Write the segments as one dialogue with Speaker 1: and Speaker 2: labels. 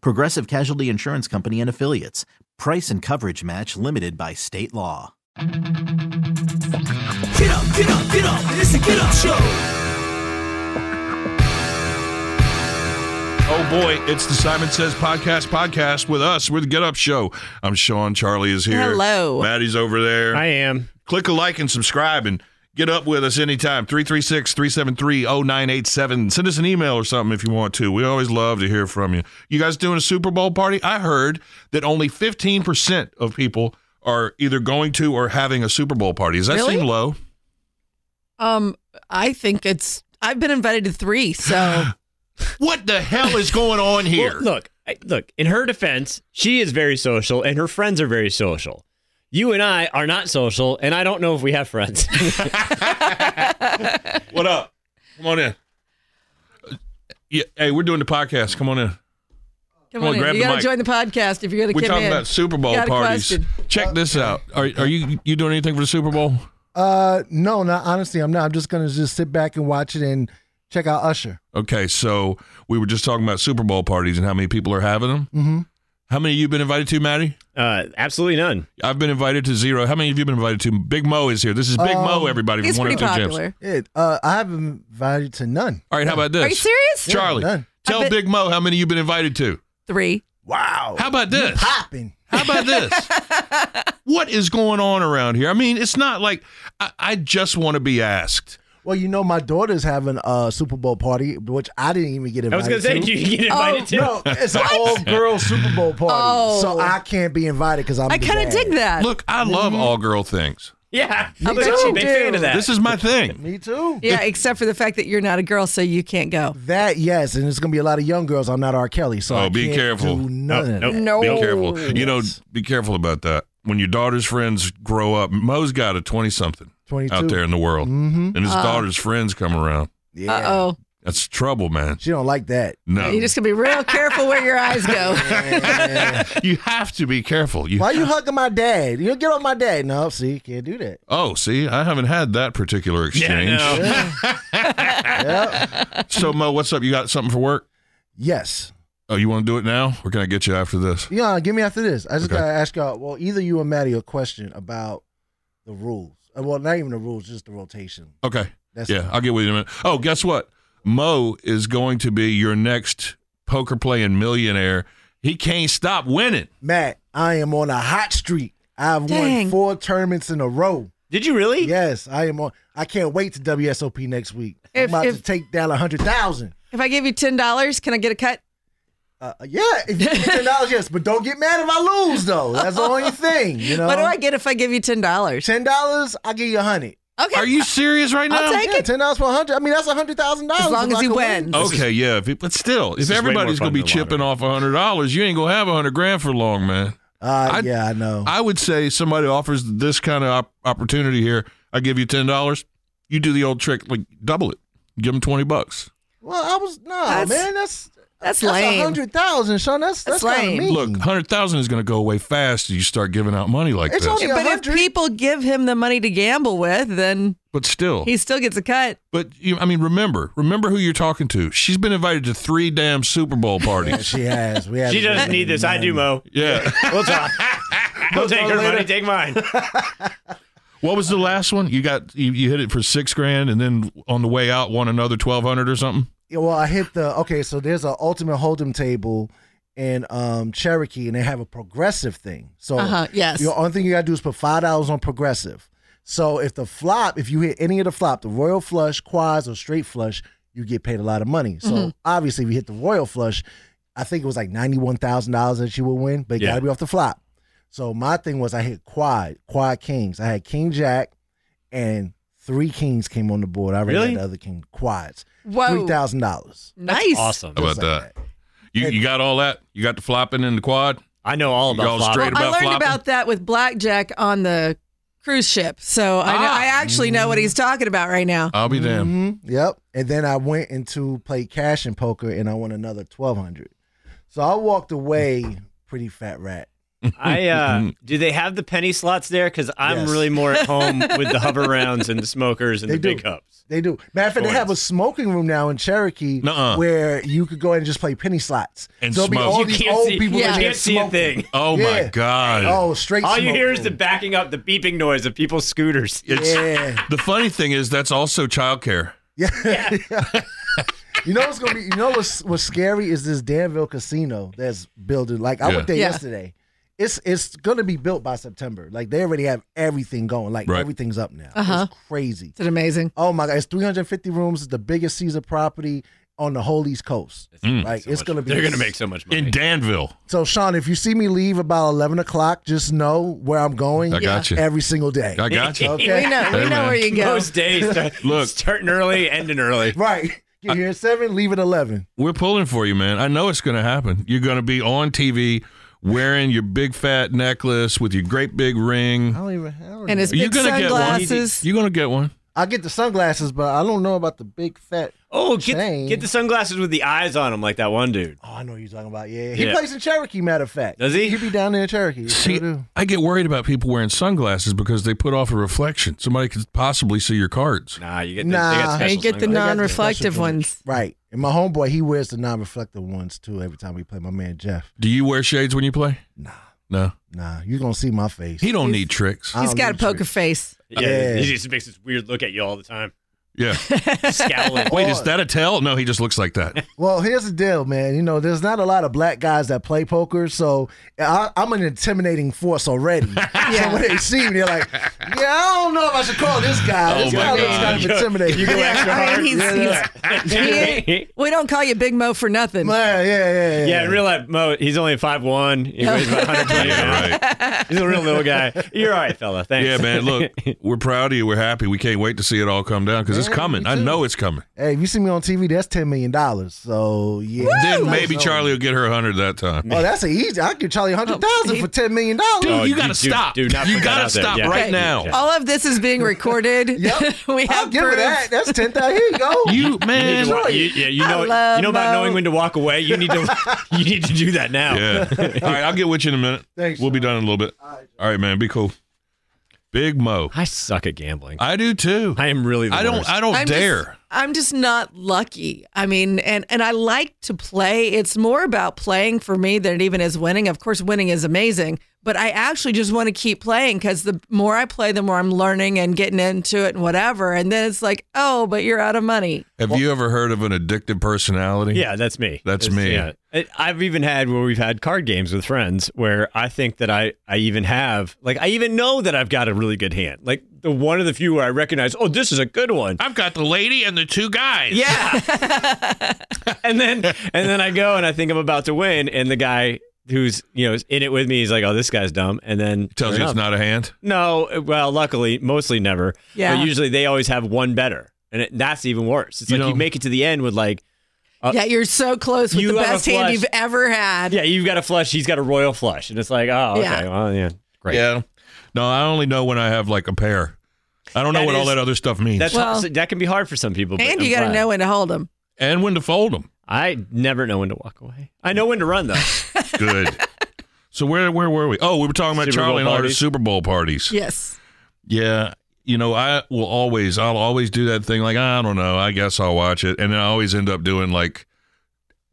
Speaker 1: Progressive Casualty Insurance Company and Affiliates. Price and coverage match limited by state law.
Speaker 2: Get up, get up, get up. It's a get up show.
Speaker 3: Oh boy, it's the Simon Says Podcast podcast with us. We're the Get Up Show. I'm Sean. Charlie is here.
Speaker 4: Hello.
Speaker 3: Maddie's over there.
Speaker 5: I am.
Speaker 3: Click a like and subscribe and get up with us anytime. 336 373 0987. Send us an email or something if you want to. We always love to hear from you. You guys doing a Super Bowl party? I heard that only 15% of people are either going to or having a Super Bowl party. Does that
Speaker 4: Really?
Speaker 3: seem low?
Speaker 4: Um, I think it's. I've been invited to three, so
Speaker 3: What the hell is going on here?
Speaker 5: Well, look, I, look. In her defense, she is very social, and her friends are very social. You and I are not social, and I don't know if we have friends.
Speaker 3: What up? Come on in. Uh, Yeah, hey, we're doing the podcast. Come on in.
Speaker 4: come
Speaker 3: Well,
Speaker 4: on,
Speaker 3: grab
Speaker 4: in. You
Speaker 3: the
Speaker 4: gotta
Speaker 3: mic.
Speaker 4: join the podcast if you're gonna
Speaker 3: We're
Speaker 4: come
Speaker 3: talking
Speaker 4: in.
Speaker 3: about Super Bowl
Speaker 4: You got a
Speaker 3: parties.
Speaker 4: question. Uh,
Speaker 3: Check this out. Are are you you doing anything for the Super Bowl?
Speaker 6: Uh, no, not honestly. I'm not. I'm just gonna just sit back and watch it and check out Usher.
Speaker 3: Okay, so we were just talking about Super Bowl parties and how many people are having them. Mm-hmm. How many you been invited to, Maddie?
Speaker 5: uh, absolutely none.
Speaker 3: I've been invited to zero. How many have you been invited to? Big Mo is here. This is Big Mo, everybody.
Speaker 4: Um, He's
Speaker 3: from
Speaker 4: pretty
Speaker 3: 102 Jams.
Speaker 4: popular.
Speaker 6: It. Uh, I haven't been invited to none.
Speaker 3: All right, how about this?
Speaker 4: Are you serious?
Speaker 3: Charlie,
Speaker 6: Yeah, none.
Speaker 3: tell
Speaker 4: I bet-
Speaker 3: Big Mo how many you've been invited to.
Speaker 4: Three.
Speaker 6: Wow.
Speaker 3: How about this?
Speaker 6: Popping.
Speaker 3: How about this? what is going on around here? I mean, it's not like I, I just want to be asked.
Speaker 6: Well, you know, my daughter's having a Super Bowl party, which I didn't even get invited.
Speaker 5: I was gonna say
Speaker 6: to. Oh,
Speaker 5: you get invited to.
Speaker 6: No, it's an all-girl Super Bowl party,
Speaker 4: Oh.
Speaker 6: so I can't be invited because I'm.
Speaker 4: I
Speaker 6: the
Speaker 4: kind
Speaker 6: dad.
Speaker 4: of dig that.
Speaker 3: Look, I love all girl things.
Speaker 5: Yeah,
Speaker 4: I
Speaker 5: look,
Speaker 4: bet
Speaker 5: she's a
Speaker 4: you
Speaker 5: big
Speaker 4: do.
Speaker 5: fan of that.
Speaker 3: This is my thing.
Speaker 6: Me too.
Speaker 4: yeah, except for the fact that you're not a girl, so you can't go.
Speaker 6: That yes, and it's gonna be a lot of young girls. I'm not R. Kelly, so
Speaker 3: Oh,
Speaker 6: I
Speaker 3: be
Speaker 6: can't
Speaker 3: careful.
Speaker 6: Do none of that.
Speaker 4: No.
Speaker 3: Be careful. You know, be careful about that. When your daughter's friends grow up, Mo's got a 20 something
Speaker 6: 22.
Speaker 3: out there in the world,
Speaker 6: Mm-hmm.
Speaker 3: and his daughter's friends come around.
Speaker 6: Yeah.
Speaker 4: Uh oh.
Speaker 3: That's trouble, man.
Speaker 6: She don't like that.
Speaker 3: No.
Speaker 4: You're just gonna be real careful where your eyes go.
Speaker 3: you have to be careful. You
Speaker 6: Why you hugging my dad? You get on my dad. No, see, can't do that.
Speaker 3: Oh, see, I haven't had that particular
Speaker 5: yeah,
Speaker 3: exchange.
Speaker 5: no.
Speaker 6: Yep.
Speaker 3: So, Mo, what's up? You got something for work?
Speaker 6: yes.
Speaker 3: Oh, you want to do it now? Or can I get you after this?
Speaker 6: Yeah, give me after this. I just
Speaker 3: Okay.
Speaker 6: gotta ask y'all. Well, either you or Maddie a question about the rules. Uh, Well, not even the rules, just the rotation.
Speaker 3: Okay.
Speaker 6: That's
Speaker 3: yeah, I'll get with you in a minute. Oh, guess what? Mo is going to be your next poker playing millionaire. He can't stop winning.
Speaker 6: Matt. I am on a hot streak. I've
Speaker 4: Dang.
Speaker 6: won four tournaments in a row.
Speaker 5: Did you really?
Speaker 6: Yes, I am on. I can't wait to WSOP next week. I'm
Speaker 4: If-
Speaker 6: about
Speaker 4: if-
Speaker 6: to take down a hundred thousand.
Speaker 4: if I gave you ten dollars, can I get a cut?
Speaker 6: Uh, yeah, if you ten dollars, yes, but don't get mad if I lose though. That's the only thing. You know,
Speaker 4: What do I get if I give you ten dollars?
Speaker 6: ten dollars, I give you a hundred.
Speaker 4: Okay.
Speaker 3: Are you serious right now?
Speaker 4: I'll take
Speaker 6: Yeah,
Speaker 4: it.
Speaker 6: ten dollars for a hundred. I mean, that's a hundred thousand dollars.
Speaker 4: As long
Speaker 6: if
Speaker 4: as
Speaker 6: I
Speaker 4: you
Speaker 6: could
Speaker 4: win.
Speaker 3: okay, yeah, if it- but still, if
Speaker 5: This is way more
Speaker 3: everybody's
Speaker 5: fun
Speaker 3: going to be
Speaker 5: than the lottery.
Speaker 3: chipping off a hundred dollars, you ain't going to have a hundred grand for long, man.
Speaker 6: Uh,
Speaker 3: I-
Speaker 6: yeah, I know.
Speaker 3: I would say somebody offers this kind of op- opportunity here. I give you ten dollars, you do the old trick, like double it, give them twenty bucks.
Speaker 6: well, I was no
Speaker 4: That's-
Speaker 6: man. That's
Speaker 4: that's
Speaker 6: That's
Speaker 4: lame.
Speaker 6: a hundred thousand, Sean. That's
Speaker 4: That's
Speaker 6: that's, kind
Speaker 4: lame.
Speaker 6: of mean.
Speaker 3: Look, hundred thousand is going to go away fast. if You start giving out money like
Speaker 6: It's
Speaker 3: this,
Speaker 6: only-
Speaker 4: But if
Speaker 6: 100.
Speaker 4: people give him the money to gamble with, then
Speaker 3: but still,
Speaker 4: he still gets a cut.
Speaker 3: But you, I mean, remember, remember who you're talking to. She's been invited to three damn Super Bowl parties.
Speaker 6: she has. We have
Speaker 5: She doesn't need this. I do, Mo.
Speaker 3: yeah.
Speaker 5: We'll talk. We'll take her money. Take mine.
Speaker 3: What was the last one? You got you, you hit it for six grand, and then on the way out won another twelve hundred or something.
Speaker 6: Yeah, well, I hit the okay. So there's an ultimate hold'em table, in um, Cherokee, and they have a progressive thing. So
Speaker 4: Uh-huh, yes.
Speaker 6: the only thing you gotta do is put five dollars on progressive. So if the flop, if you hit any of the flop, the royal flush, quads, or straight flush, you get paid a lot of money. So
Speaker 4: Mm-hmm.
Speaker 6: obviously, if you hit the royal flush, I think it was like ninety one thousand dollars that you would win, but it
Speaker 5: Yeah.
Speaker 6: gotta be off the flop. So my thing was I hit quad, quad kings. I had king jack, and three kings came on the board. I already
Speaker 5: Really?
Speaker 6: had the other king quads.
Speaker 4: Whoa.
Speaker 6: Three thousand dollars.
Speaker 4: Nice.
Speaker 5: Awesome.
Speaker 3: How about that? You, you got all that? You got the flopping and the quad?
Speaker 5: I know all
Speaker 3: You all
Speaker 5: about flopping.
Speaker 3: straight
Speaker 4: I
Speaker 3: about
Speaker 4: learned
Speaker 3: flopping?
Speaker 4: about that with blackjack on the cruise ship, so I, know, I
Speaker 3: Ah.
Speaker 4: actually know what he's talking about right now.
Speaker 3: I'll be damned.
Speaker 6: Mm-hmm. Yep. And then I went into play cash and poker, and I won another twelve hundred. So I walked away pretty fat rat.
Speaker 5: I
Speaker 3: Mm-hmm.
Speaker 5: uh, do they have the penny slots there? Because I'm
Speaker 6: Yes.
Speaker 5: really more at home with the hover rounds and the smokers and
Speaker 6: They
Speaker 5: the
Speaker 6: do.
Speaker 5: big cups.
Speaker 6: They do. Matter of fact, they have a smoking room now in Cherokee
Speaker 3: Nuh-uh.
Speaker 6: where you could go in and just play penny slots.
Speaker 3: And
Speaker 6: There'll be
Speaker 3: smoke.
Speaker 6: all
Speaker 3: You
Speaker 6: these
Speaker 5: can't
Speaker 6: old
Speaker 5: see,
Speaker 6: people
Speaker 4: you
Speaker 6: in
Speaker 5: can't
Speaker 6: there
Speaker 5: see a
Speaker 6: smoking.
Speaker 5: thing.
Speaker 3: Oh my
Speaker 6: Yeah.
Speaker 3: God.
Speaker 6: Oh, straight.
Speaker 5: All you
Speaker 6: smoke
Speaker 5: hear is the
Speaker 6: room.
Speaker 5: backing up, the beeping noise of people's scooters.
Speaker 3: It's,
Speaker 6: Yeah.
Speaker 3: The funny thing is, that's also childcare.
Speaker 6: Yeah. you know what's gonna be? You know what's what's scary is this Danville casino that's building. Like I
Speaker 3: Yeah.
Speaker 6: went there
Speaker 4: Yeah.
Speaker 6: yesterday. It's it's gonna be built by September. Like they already have everything going. Like
Speaker 3: Right.
Speaker 6: everything's up now.
Speaker 4: Uh-huh.
Speaker 6: It's crazy.
Speaker 4: Is it amazing?
Speaker 6: Oh my god! It's 350 rooms. It's the biggest Caesar property on the whole East Coast. Like it's gonna be.
Speaker 5: They're gonna make so much money.
Speaker 3: In Danville.
Speaker 6: So Sean, if you see me leave about 11 o'clock, just know where I'm going.
Speaker 3: I got you.
Speaker 6: Every single day.
Speaker 3: I got you.
Speaker 6: Okay.
Speaker 4: We know. we
Speaker 3: Hey,
Speaker 4: know
Speaker 3: man.
Speaker 4: where you go.
Speaker 5: Most days, start-
Speaker 3: Look.
Speaker 5: starting early, ending early.
Speaker 6: Right. Get here at seven. Leave at 11.
Speaker 3: We're pulling for you, man. I know it's going to happen. You're going to be on TV wearing your big fat necklace with your great big ring.
Speaker 6: I don't even have.
Speaker 4: And his
Speaker 3: You're
Speaker 4: big
Speaker 3: gonna get one.
Speaker 4: sunglasses.
Speaker 3: You're going to get one.
Speaker 6: I get the sunglasses, but I don't know about the big fat.
Speaker 5: Oh, get
Speaker 6: Shane.
Speaker 5: get the sunglasses with the eyes on them, like that one dude.
Speaker 6: Oh, I know what you're talking about. Yeah, he
Speaker 5: Yeah.
Speaker 6: plays in Cherokee. Matter of fact,
Speaker 5: Does he?
Speaker 6: He be down there in Cherokee. He
Speaker 3: See,
Speaker 6: sure do.
Speaker 3: I get worried about people wearing sunglasses because they put off a reflection. Somebody could possibly see your cards.
Speaker 5: Nah, you get the,
Speaker 6: Nah.
Speaker 5: they got special
Speaker 4: You get the
Speaker 5: sunglasses.
Speaker 4: non-reflective
Speaker 6: Special
Speaker 4: ones.
Speaker 6: right? And my homeboy, he wears the non-reflective ones too. Every time we play, my man Jeff.
Speaker 3: Do you wear shades when you play?
Speaker 6: Nah,
Speaker 3: No.
Speaker 6: nah, you gonna see my face.
Speaker 3: He don't need tricks.
Speaker 6: I
Speaker 4: He's
Speaker 6: don't
Speaker 4: got a
Speaker 6: need
Speaker 4: poker
Speaker 6: tricks.
Speaker 4: face.
Speaker 5: Yeah,
Speaker 6: Yeah.
Speaker 5: he just makes this weird look at you all the time,
Speaker 3: Yeah.
Speaker 5: scowling.
Speaker 3: Wait, is that a tell? No, he just looks like that.
Speaker 6: Well, here's the deal, man. You know, there's not a lot of black guys that play poker, so I, I'm an intimidating force already. So when they see me, they're like, "Yeah, I don't know if I should call this guy.
Speaker 3: Oh
Speaker 6: this
Speaker 3: my
Speaker 6: guy looks
Speaker 3: God.
Speaker 6: kind of intimidating."
Speaker 5: You go extra
Speaker 4: I mean,
Speaker 5: hard.
Speaker 4: he's-
Speaker 5: yeah, yeah.
Speaker 4: We don't call you Big Mo for nothing.
Speaker 6: yeah, yeah, yeah, yeah.
Speaker 5: in real life, Mo, he's only five one. He weighs about 120 pounds.
Speaker 3: Yeah, right.
Speaker 5: He's a real little guy. You're all right, fella. Thanks.
Speaker 3: Yeah, man. Look, we're proud of you. We're happy. We can't wait to see it all come down because it's
Speaker 6: Yeah,
Speaker 3: coming.
Speaker 6: me
Speaker 3: I
Speaker 6: too.
Speaker 3: know it's coming.
Speaker 6: Hey, if you see me on TV, that's ten million dollars. So yeah,
Speaker 3: Then
Speaker 6: Let us
Speaker 3: maybe
Speaker 6: know.
Speaker 3: Charlie will get her a hundred that time.
Speaker 6: Oh, that's a easy. I give Charlie hundred thousand for ten million dollars.
Speaker 5: Oh, you gotta do- stop. do not You put gotta that out there. stop Yeah. right
Speaker 4: Okay.
Speaker 5: now.
Speaker 4: All of this is being recorded.
Speaker 6: Yep. I'll
Speaker 4: we have
Speaker 6: give
Speaker 4: proof.
Speaker 6: her that. That's ten thousand. Here you go.
Speaker 3: You
Speaker 5: You
Speaker 3: man.
Speaker 5: need to wa- you- yeah, you
Speaker 4: I
Speaker 5: know,
Speaker 4: love
Speaker 5: you know about
Speaker 4: Mo.
Speaker 5: knowing when to walk away. You need to, you need to do that now.
Speaker 3: Yeah. All right, I'll get with you in a minute.
Speaker 6: Thanks,
Speaker 3: We'll be done in a little bit. All right, man. Be cool. Big Mo.
Speaker 5: I suck at gambling.
Speaker 3: I do too.
Speaker 5: I am really. The
Speaker 3: I don't.
Speaker 5: worst.
Speaker 3: I don't
Speaker 4: I'm just-
Speaker 3: Oh, dare.
Speaker 4: I'm just not lucky. I mean, and and I like to play. It's more about playing for me than it even is winning. Of course, winning is amazing, but I actually just want to keep playing because the more I play, the more I'm learning and getting into it and whatever. And then it's like, oh, but you're out of money.
Speaker 3: Have you ever heard of an addictive personality?
Speaker 5: Yeah, that's me.
Speaker 3: That's me.
Speaker 5: It- I've even had where we've had card games with friends where I think that I I even have like I even know that I've got a really good hand. Like the one of the few where I recognize, oh, this is a good one.
Speaker 3: I've got the lady and the two guys.
Speaker 5: Yeah. and then and then I go and I think I'm about to win, and the guy who's you know is in it with me, he's like, oh, this guy's dumb, and then
Speaker 3: Tells you
Speaker 5: sure enough-
Speaker 3: it's not a hand.
Speaker 5: No, well, luckily, mostly never.
Speaker 4: Yeah.
Speaker 5: But usually they always have one better, and it, that's even worse. It's
Speaker 3: You
Speaker 5: like
Speaker 3: know-
Speaker 5: you make it to the end with like,
Speaker 3: Uh,
Speaker 4: yeah, you're so close with
Speaker 5: you
Speaker 4: the
Speaker 5: have a
Speaker 4: best hand
Speaker 5: flush.
Speaker 4: you've ever had.
Speaker 5: yeah, you've got a flush, he's got a royal flush, and it's like, oh, okay,
Speaker 4: Yeah.
Speaker 5: well, yeah, great.
Speaker 3: Yeah. No, I only know when I have like a pair. I don't know
Speaker 5: That
Speaker 3: what all
Speaker 5: is-
Speaker 3: that other stuff means.
Speaker 5: That's
Speaker 4: Well-
Speaker 5: that can be hard for some people. but
Speaker 4: And you
Speaker 5: I'm
Speaker 4: got to
Speaker 5: glad.
Speaker 4: know when to hold them.
Speaker 3: and when to fold them.
Speaker 5: I never know when to walk away. I know when to run though.
Speaker 3: Good. so where where were we? Oh, we were talking about
Speaker 5: Super Bowl
Speaker 3: Charlie and all her
Speaker 5: parties.
Speaker 3: Super Bowl parties.
Speaker 4: Yes.
Speaker 3: Yeah, you know, I will always, I'll always do that thing. Like, I don't know, I guess I'll watch it, and then I always end up doing like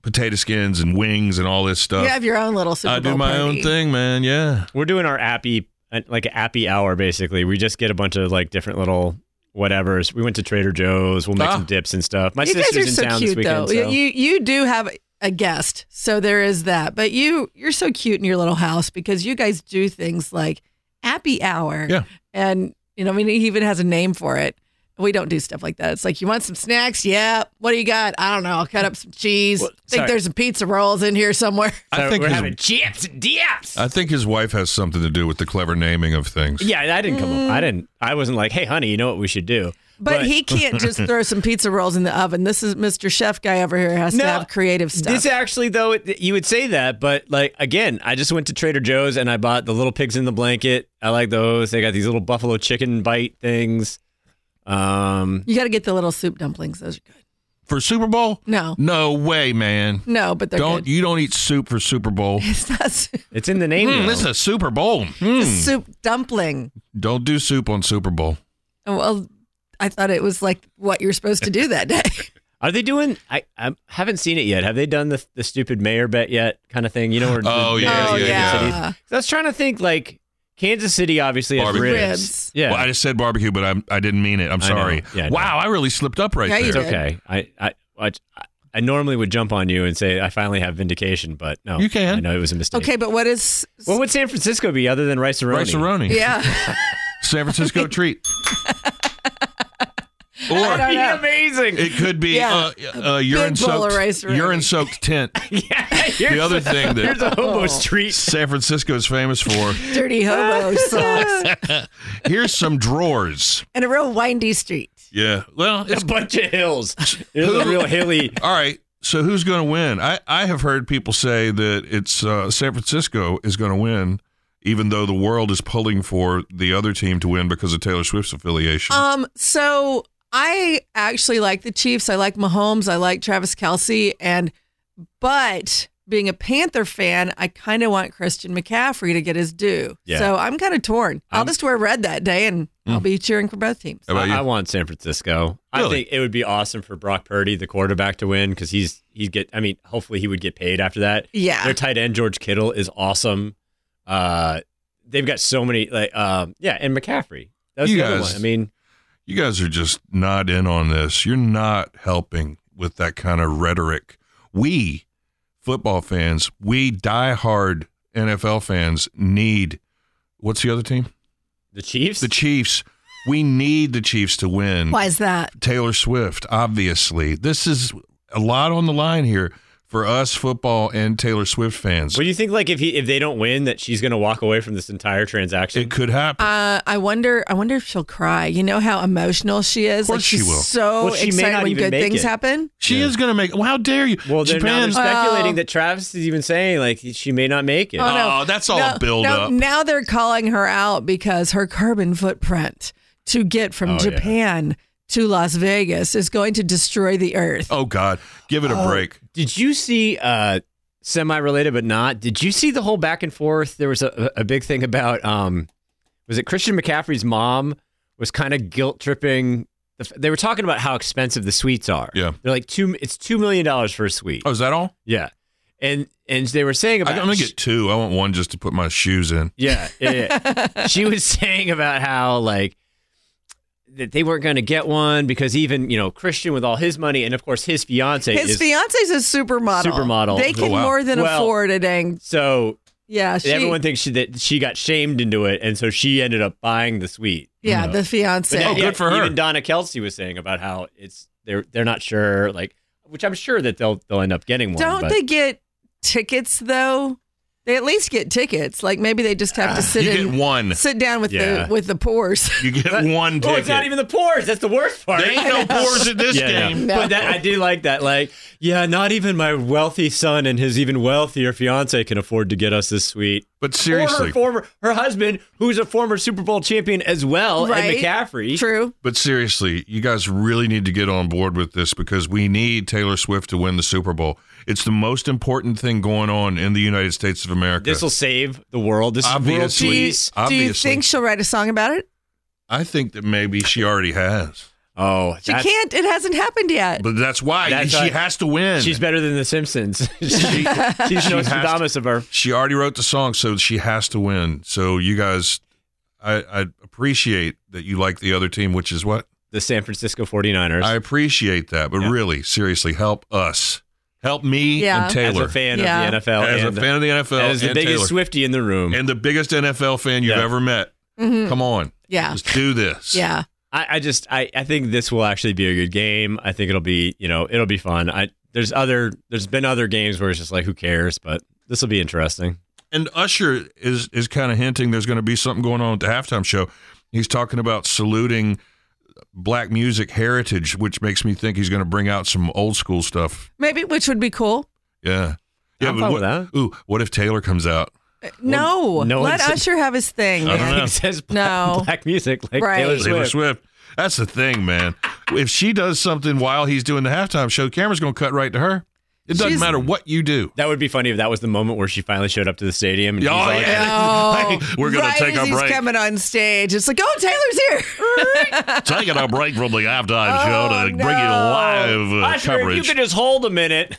Speaker 3: potato skins and wings and all this stuff.
Speaker 4: you have your own little Super
Speaker 3: I do
Speaker 4: Bowl
Speaker 3: my
Speaker 4: party.
Speaker 3: own thing, man. Yeah,
Speaker 5: We're doing our appy uh, like appy hour basically. We just get a bunch of like different little whatever's. We went to Trader Joe's. We'll make
Speaker 3: Ah.
Speaker 5: some dips and stuff. My
Speaker 4: you guys
Speaker 5: sister's
Speaker 4: are
Speaker 5: in
Speaker 4: so
Speaker 5: town
Speaker 4: cute,
Speaker 5: this weekend.
Speaker 4: though.
Speaker 5: so-
Speaker 4: You you do have a guest. So there is that. But you you're so cute in your little house because you guys do things like happy hour.
Speaker 3: Yeah.
Speaker 4: And you know, I mean he even has a name for it. We don't do stuff like that. It's like you want some snacks? Yeah. What do you got? I don't know. I'll cut up some cheese.
Speaker 5: Well,
Speaker 4: Think
Speaker 5: sorry.
Speaker 4: there's some pizza rolls in here somewhere.
Speaker 3: I think
Speaker 5: we're
Speaker 3: his-
Speaker 5: having chips and dips.
Speaker 3: I think his wife has something to do with the clever naming of things.
Speaker 5: yeah, I didn't come up. I didn't. I wasn't like, hey, honey, you know what we should do?
Speaker 4: Mm. But, he can't just throw some pizza rolls in the oven. This is Mr. Chef guy over here has to have creative stuff.
Speaker 5: This actually, though, it, you would say that, but like again, I just went to Trader Joe's and I bought the little pigs in the blanket. I like those. They got these little buffalo chicken bite things. Um,
Speaker 4: you got to get the little soup dumplings. Those are good.
Speaker 3: For Super Bowl?
Speaker 4: No.
Speaker 3: No way, man.
Speaker 4: No, but they're
Speaker 3: Don't
Speaker 4: good.
Speaker 3: you don't eat soup for Super Bowl.
Speaker 4: it's not soup,
Speaker 5: it's in the name.
Speaker 4: Hmm,
Speaker 3: Mm,
Speaker 5: though.
Speaker 3: this is a Super Bowl.
Speaker 4: it's
Speaker 5: Hmm.
Speaker 3: Mm.
Speaker 4: soup dumpling.
Speaker 3: Don't do soup on Super Bowl.
Speaker 4: Well, I thought it was like what you're supposed to do that day.
Speaker 5: Are they doing? I, I haven't seen it yet. Have they done the the stupid mayor bet yet? Kind of thing. You know where?
Speaker 3: Oh,
Speaker 5: the,
Speaker 3: yeah,
Speaker 4: oh
Speaker 3: yeah, yeah.
Speaker 5: I was trying to think like Kansas City obviously has
Speaker 3: Barbecue.
Speaker 5: ribs.
Speaker 4: Ribs.
Speaker 5: Yeah.
Speaker 3: Well, I just said barbecue, but I'm, I didn't mean it. I'm
Speaker 5: know.
Speaker 3: sorry.
Speaker 5: Yeah, I know.
Speaker 3: wow, I really slipped up right
Speaker 4: Yeah, you
Speaker 3: there.
Speaker 5: it's
Speaker 4: did.
Speaker 5: okay. I, I I I normally would jump on you and say I finally have vindication, but no,
Speaker 3: You can.
Speaker 5: I know it was a mistake.
Speaker 4: Okay, but what is?
Speaker 5: What would San Francisco be other than rice aroni?
Speaker 3: Rice-a-roni.
Speaker 4: yeah,
Speaker 3: San Francisco treat.
Speaker 4: I
Speaker 3: or
Speaker 4: don't know.
Speaker 5: amazing.
Speaker 3: it could be
Speaker 4: Yeah,
Speaker 3: uh, uh, urine
Speaker 4: bowl of
Speaker 3: soaked
Speaker 4: rice-a-roni.
Speaker 3: urine soaked tent.
Speaker 5: yeah, here's,
Speaker 3: The other thing
Speaker 5: here's
Speaker 3: that
Speaker 5: a hobo street.
Speaker 3: San Francisco is famous for.
Speaker 4: dirty hobo socks
Speaker 3: Here's some drawers.
Speaker 4: and a real windy street.
Speaker 3: Yeah. Well,
Speaker 5: A
Speaker 3: it's
Speaker 5: bunch of hills. Here's a real hilly.
Speaker 3: all right. So who's going to win? I, I have heard people say that it's uh, San Francisco is going to win, even though the world is pulling for the other team to win because of Taylor Swift's affiliation.
Speaker 4: Um, so I actually like the Chiefs. I like Mahomes. I like Travis Kelsey. And but being a Panther fan, I kind of want Christian McCaffrey to get his due.
Speaker 5: Yeah.
Speaker 4: So I'm kind of torn. I'll
Speaker 5: I'm- Hmm. Oh.
Speaker 4: just wear red that day, and I'll be cheering for both teams.
Speaker 3: How about you?
Speaker 5: I, I want San Francisco. I
Speaker 3: Really?
Speaker 5: think it would be awesome for Brock Purdy, the quarterback, to win because he's he'd get. I mean, hopefully he would get paid after that.
Speaker 4: Yeah.
Speaker 5: Their tight end George Kittle is awesome. Uh, they've got so many like um yeah, and McCaffrey. That was
Speaker 3: You
Speaker 5: the other
Speaker 3: guys-
Speaker 5: one. I mean,
Speaker 3: you guys are just not in on this. You're not helping with that kind of rhetoric. We football fans, we diehard NFL fans need what's the other team?
Speaker 5: the Chiefs.
Speaker 3: The Chiefs. We need the Chiefs to win.
Speaker 4: Why is that?
Speaker 3: Taylor Swift, obviously. This is a lot on the line here for us football and Taylor Swift fans.
Speaker 5: What do you think? Like, if he if they don't win, that she's going to walk away from this entire transaction?
Speaker 3: It could happen.
Speaker 4: Uh, I wonder. I wonder if she'll cry. You know how emotional she is.
Speaker 3: Of course
Speaker 4: like
Speaker 3: she
Speaker 4: she's
Speaker 3: will.
Speaker 4: so
Speaker 5: Well, she may
Speaker 4: excited
Speaker 5: not
Speaker 4: when
Speaker 5: even
Speaker 4: good
Speaker 5: make
Speaker 4: things
Speaker 5: it.
Speaker 4: happen.
Speaker 3: she is going to make. Well, how dare you?
Speaker 5: well, they're now
Speaker 3: Japan.
Speaker 5: they're speculating
Speaker 4: Oh.
Speaker 5: that Travis is even saying like she may not make it.
Speaker 3: Oh, that's all
Speaker 4: no,
Speaker 3: a build
Speaker 4: no,
Speaker 3: up.
Speaker 4: Now they're calling her out because her carbon footprint to get from
Speaker 5: Oh, yeah.
Speaker 4: Japan to Las Vegas is going to destroy the earth.
Speaker 3: Oh God, give it a break.
Speaker 5: Did you see uh semi-related but not? Did you see the whole back and forth? There was a, a big thing about um was it Christian McCaffrey's mom was kind of guilt tripping they were talking about how expensive the suites are.
Speaker 3: Yeah.
Speaker 5: They're like two it's 2 million dollars for a suite.
Speaker 3: Oh, is that all?
Speaker 5: Yeah. And and they were saying
Speaker 3: I,
Speaker 5: about
Speaker 3: I'm gonna get two. I want one just to put my shoes in.
Speaker 5: yeah, yeah, yeah. she was saying about how like that they weren't going to get one because even, you know, Christian with all his money and of course his fiance
Speaker 4: His
Speaker 5: is
Speaker 4: fiance's a supermodel.
Speaker 5: Supermodel.
Speaker 4: They
Speaker 5: Oh,
Speaker 4: can
Speaker 3: wow.
Speaker 4: more than
Speaker 5: Well-
Speaker 4: afford a dang.
Speaker 5: so
Speaker 4: Yeah, she,
Speaker 5: everyone thinks she, that she got shamed into it, and so she ended up buying the suite.
Speaker 4: yeah,
Speaker 5: You know?
Speaker 4: the fiance.
Speaker 5: But that-
Speaker 3: Oh, good for her.
Speaker 5: Even Donna Kelsey was saying about how it's they're they're not sure, like which I'm sure that they'll they'll end up getting one.
Speaker 4: Don't
Speaker 5: but-
Speaker 4: they get tickets though? They at least get tickets. Like maybe they just have to
Speaker 5: Ah,
Speaker 4: sit
Speaker 3: you get
Speaker 4: in,
Speaker 3: one.
Speaker 4: sit down with
Speaker 5: Yeah.
Speaker 4: the with the pores.
Speaker 3: You get one
Speaker 5: Oh, it's
Speaker 3: ticket.
Speaker 5: not even the pores. That's the worst part.
Speaker 3: there ain't no pores at this
Speaker 5: Yeah, yeah.
Speaker 3: game.
Speaker 4: No.
Speaker 5: But that, I do like that. Like, yeah, not even my wealthy son and his even wealthier fiance can afford to get us this suite.
Speaker 3: But seriously,
Speaker 5: or her former her husband, who's a former Super Bowl champion as well,
Speaker 4: Right.
Speaker 5: Oh, and McCaffrey.
Speaker 4: True.
Speaker 3: but seriously, you guys really need to get on board with this because we need Taylor Swift to win the Super Bowl. It's the most important thing going on in the United States of America.
Speaker 5: This will save the world. This
Speaker 3: Obviously.
Speaker 5: is world
Speaker 3: Do you-
Speaker 5: peace.
Speaker 4: Do you
Speaker 3: Obviously.
Speaker 4: think she'll write a song about it?
Speaker 3: I think that maybe she already has,
Speaker 5: Oh,
Speaker 4: She
Speaker 5: that's-
Speaker 4: can't. It hasn't happened yet.
Speaker 3: but that's why
Speaker 5: That's
Speaker 3: she
Speaker 5: why-
Speaker 3: has to win.
Speaker 5: She's better than The Simpsons. she, she's
Speaker 3: to-
Speaker 5: Nostradamus of her.
Speaker 3: she already wrote the song, so she has to win. So you guys, I, I appreciate that you like the other team, which is what.
Speaker 5: The San Francisco 49ers.
Speaker 3: I appreciate that, but really, seriously, help us. Help me
Speaker 4: Yeah.
Speaker 3: and
Speaker 4: As
Speaker 3: Taylor.
Speaker 5: As a fan
Speaker 4: Yeah.
Speaker 5: of the NFL.
Speaker 3: As a
Speaker 5: and-
Speaker 3: fan of the NFL
Speaker 5: As the
Speaker 3: and
Speaker 5: biggest
Speaker 3: Taylor.
Speaker 5: Swifty in the room.
Speaker 3: and the biggest NFL fan you've
Speaker 5: Yeah.
Speaker 3: ever met. Come on,
Speaker 4: Mm-hmm. Yeah.
Speaker 3: let's do this.
Speaker 4: Yeah.
Speaker 5: I, I just I, I think this will actually be a good game. I think it'll be you know it'll be fun. I there's other there's been other games where it's just like who cares, but this will be interesting.
Speaker 3: And Usher is is kind of hinting there's going to be something going on at the halftime show. He's talking about saluting black music heritage, which makes me think he's going to bring out some old school stuff.
Speaker 4: Maybe, which would be cool.
Speaker 3: Yeah, yeah.
Speaker 5: I'm
Speaker 3: but
Speaker 5: fine
Speaker 3: what,
Speaker 5: with that.
Speaker 3: Ooh, what if Taylor comes out?
Speaker 4: No.
Speaker 5: no
Speaker 4: Let
Speaker 5: one's-
Speaker 4: Usher have his thing.
Speaker 3: I don't
Speaker 4: man.
Speaker 3: know.
Speaker 5: It says black,
Speaker 4: No.
Speaker 5: black music like
Speaker 4: Right.
Speaker 5: Taylor Swift.
Speaker 3: Taylor Swift. That's the thing, man. If she does something while he's doing the halftime show, camera's going to cut right to her. It doesn't
Speaker 4: She's-
Speaker 3: matter what you do.
Speaker 5: That would be funny if that was the moment where she finally showed up to the stadium. And
Speaker 3: Oh,
Speaker 5: she's like,
Speaker 3: yeah.
Speaker 4: Oh,
Speaker 3: We're gonna
Speaker 4: right
Speaker 3: take
Speaker 4: as
Speaker 3: a
Speaker 4: he's
Speaker 3: break.
Speaker 4: coming on stage. It's like, oh, Taylor's here.
Speaker 3: Taking a break from the halftime
Speaker 4: Oh,
Speaker 3: show to bring you
Speaker 4: no.
Speaker 3: live uh,
Speaker 5: "Oh, Usher, if
Speaker 3: coverage.
Speaker 5: you could just hold a minute.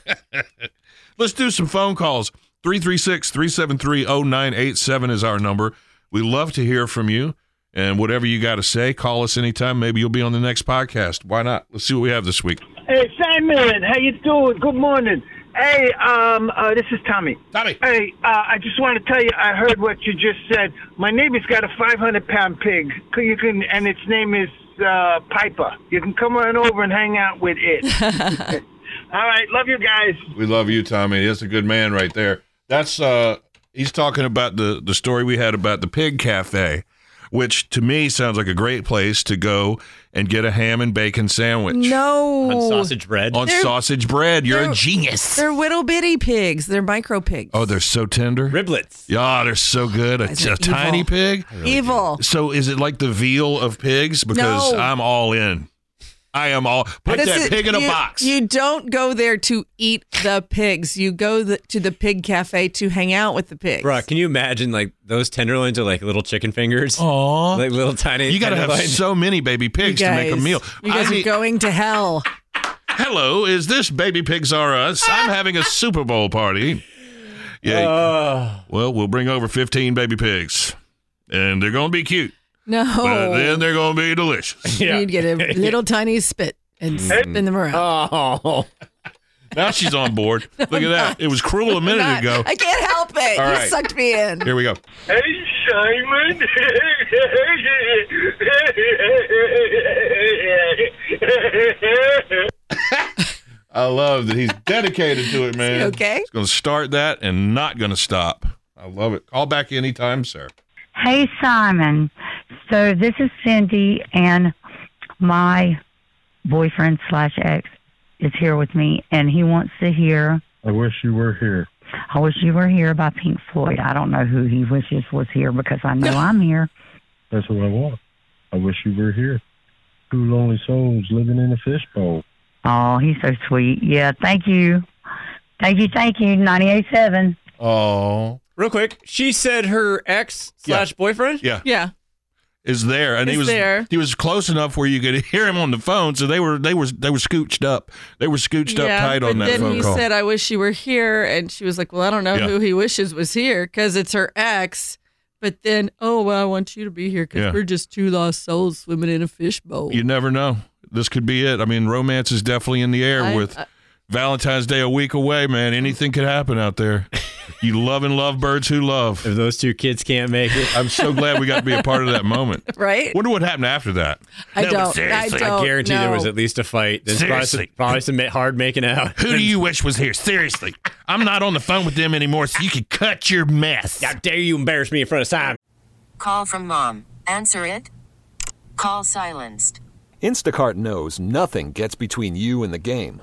Speaker 3: Let's do some phone calls. 336 373 0987 is our number. We love to hear from you. And whatever you got to say, call us anytime. Maybe you'll be on the next podcast. Why not? Let's see what we have this week.
Speaker 7: Hey, Sandman, how you doing? Good morning. Hey, um, uh, this is Tommy.
Speaker 3: Tommy.
Speaker 7: Hey, uh, I just want to tell you, I heard what you just said. My neighbor's got a 500-pound pig. C- You can, and its name is uh, Piper. You can come on over and hang out with it. All right, love you guys.
Speaker 3: We love you, Tommy. That's a good man right there. That's uh he's talking about the the story we had about the pig cafe, which to me sounds like a great place to go and get a ham and bacon sandwich.
Speaker 5: On
Speaker 4: no.
Speaker 5: sausage bread.
Speaker 3: On
Speaker 4: They're-
Speaker 3: sausage bread. You're a
Speaker 4: they're-
Speaker 3: genius.
Speaker 4: They're little bitty pigs. They're micro pigs.
Speaker 3: Oh, they're so tender.
Speaker 5: Riblets.
Speaker 3: Yeah, they're so good. A,
Speaker 4: Guys are
Speaker 3: a tiny
Speaker 4: evil.
Speaker 3: pig.
Speaker 4: evil.
Speaker 3: So is it like the veal of pigs? Because
Speaker 4: No.
Speaker 3: I'm all in. I am all put
Speaker 4: This
Speaker 3: that
Speaker 4: is-
Speaker 3: pig in a
Speaker 4: you-
Speaker 3: box.
Speaker 4: You don't go there to eat the pigs. You go the, to the pig cafe to hang out with the pigs.
Speaker 5: Bruh, can you imagine like those tenderloins are like little chicken fingers?
Speaker 3: Aw.
Speaker 5: Like little tiny.
Speaker 3: you got to have
Speaker 5: tenderloins.
Speaker 3: so many baby pigs to make a meal.
Speaker 4: You guys
Speaker 3: I
Speaker 4: are
Speaker 3: need-
Speaker 4: going to hell.
Speaker 3: Hello, is this Baby Pigs R Us? I'm having a Super Bowl party. Yeah.
Speaker 5: Uh,
Speaker 3: well, we'll bring over 15 baby pigs, and they're going to be cute,
Speaker 4: No.
Speaker 3: but then they're going to be delicious.
Speaker 4: You'd get a little tiny spit and
Speaker 3: Hmm.
Speaker 4: spin them around.
Speaker 5: Oh.
Speaker 3: Now she's on board. Look at that. It was cruel a minute
Speaker 4: Not-
Speaker 3: ago.
Speaker 4: I can't help it.
Speaker 3: All
Speaker 4: you
Speaker 3: right.
Speaker 4: sucked me in.
Speaker 3: Here we go.
Speaker 7: Hey, Simon.
Speaker 3: I love that he's dedicated to it, man.
Speaker 4: okay?
Speaker 3: He's going to start that and not going to stop. I love it. Call back anytime, sir.
Speaker 8: Hey, Simon. So this is Cindy, and my boyfriend slash ex is here with me, and he wants to hear.
Speaker 9: I wish you were here.
Speaker 8: I wish you were here by Pink Floyd. I don't know who he wishes was here because I know I'm here.
Speaker 9: That's what I want. I wish you were here. Two lonely souls living in a fishbowl.
Speaker 8: Oh, he's so sweet. Yeah, thank you. Thank you, thank you. 98.7.
Speaker 3: Oh,
Speaker 5: Real quick, she said her ex
Speaker 3: Yeah.
Speaker 5: slash boyfriend.
Speaker 3: yeah.
Speaker 4: Yeah.
Speaker 3: Is there, and he
Speaker 4: Is
Speaker 3: was
Speaker 4: there.
Speaker 3: he was close enough where you could hear him on the phone. So they were they were they were scooched up. They were scooched up
Speaker 4: yeah,
Speaker 3: tight
Speaker 4: but
Speaker 3: on that
Speaker 4: then
Speaker 3: phone
Speaker 4: he
Speaker 3: call.
Speaker 4: said, "I wish you were here," and she was like, "Well, I don't know
Speaker 3: Yeah.
Speaker 4: who he wishes was here because it's her ex." But then, oh well, I want you to be here because
Speaker 3: Yeah.
Speaker 4: we're just two lost souls swimming in a fishbowl.
Speaker 3: you never know. This could be it. I mean, romance is definitely in the air
Speaker 4: I-
Speaker 3: with
Speaker 4: I-
Speaker 3: Valentine's Day a week away, man. Anything could happen out there. you love and love birds who love.
Speaker 5: If those two kids can't make it,
Speaker 3: I'm so glad we got to be a part of that moment.
Speaker 4: right?
Speaker 3: Wonder what happened after that.
Speaker 4: I
Speaker 3: No, but
Speaker 4: don't. I
Speaker 3: seriously, I
Speaker 4: don't.
Speaker 5: I guarantee there was
Speaker 4: know.
Speaker 5: at least a fight. There's probably some,
Speaker 3: Seriously.
Speaker 5: probably some hard making out.
Speaker 3: Who do you wish was here? Seriously, I'm not on the phone with them anymore, so you can cut your mess.
Speaker 5: How dare you embarrass me in front of Simon?
Speaker 10: Call from mom. Answer it. Call silenced.
Speaker 11: Instacart knows nothing gets between you and the game.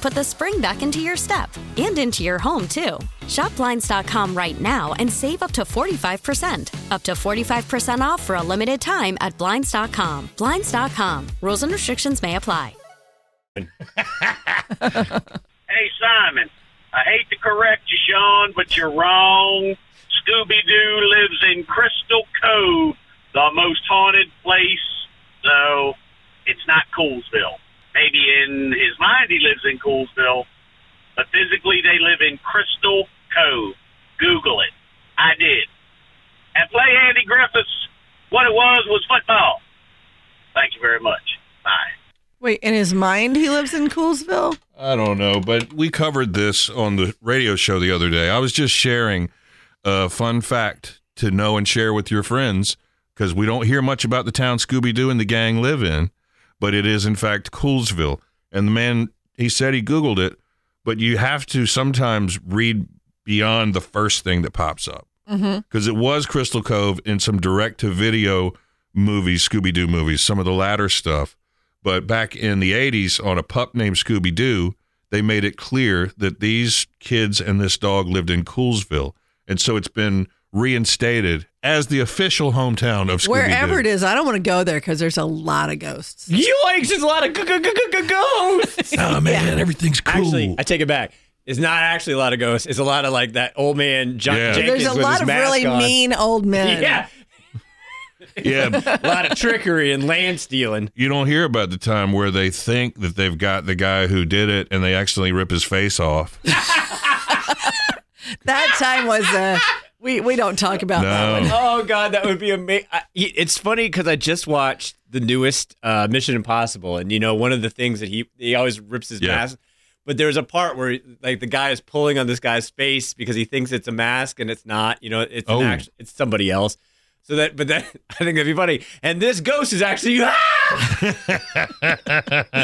Speaker 12: put the spring back into your step and into your home, too. Shop Blinds.com right now and save up to 45%. Up to 45% off for a limited time at Blinds.com. Blinds.com. Rules and restrictions may apply.
Speaker 13: Hey, Simon, I hate to correct you, Sean, but you're wrong. Scooby Doo lives in Crystal Cove, the most haunted place. So it's not Coolsville. Maybe in his mind he lives in Coolsville, but physically they live in Crystal Cove. Google it. I did. And play Andy Griffiths. What it was was football. Thank you very much. Bye.
Speaker 4: Wait, in his mind, he lives in Coolsville?
Speaker 3: I don't know, but we covered this on the radio show the other day. I was just sharing a fun fact to know and share with your friends because we don't hear much about the town Scooby Doo and the gang live in, but it is in fact Coolsville. And the man, he said he Googled it, but you have to sometimes read beyond the first thing that pops up
Speaker 14: Mm-hmm.
Speaker 3: because it was Crystal Cove in some direct to video movies, Scooby Doo movies, some of the latter stuff. But back in the 80s, on a pup named Scooby Doo, they made it clear that these kids and this dog lived in Coolsville. And so it's been reinstated as the official hometown of Scooby Doo.
Speaker 4: Wherever it is, I don't want to go there because there's a lot of ghosts.
Speaker 5: You like just a lot of ghosts.
Speaker 3: oh man, everything's
Speaker 5: cool. Actually, I take it back. It's not actually a lot of ghosts. It's a lot of like that old man John
Speaker 3: Yeah.
Speaker 5: Jenkins
Speaker 4: There's a
Speaker 5: with
Speaker 4: lot
Speaker 5: his
Speaker 4: of
Speaker 5: mask
Speaker 4: really
Speaker 5: on.
Speaker 4: mean old men.
Speaker 5: Yeah.
Speaker 3: Yeah.
Speaker 5: a lot of trickery and land stealing.
Speaker 3: You don't hear about the time where they think that they've got the guy who did it and they accidentally rip his face off.
Speaker 4: That time was uh we we don't talk about that one.
Speaker 5: Oh god, that would be amazing. It's funny because I just watched the newest uh, Mission Impossible, and you know one of the things that he he always rips his
Speaker 3: Yeah.
Speaker 5: mask. But there's a part where like the guy is pulling on this guy's face because he thinks it's a mask and it's not. You know, it's an
Speaker 3: Oh.
Speaker 5: act- it's somebody else. So that, but that I think that'd be funny. And this ghost is actually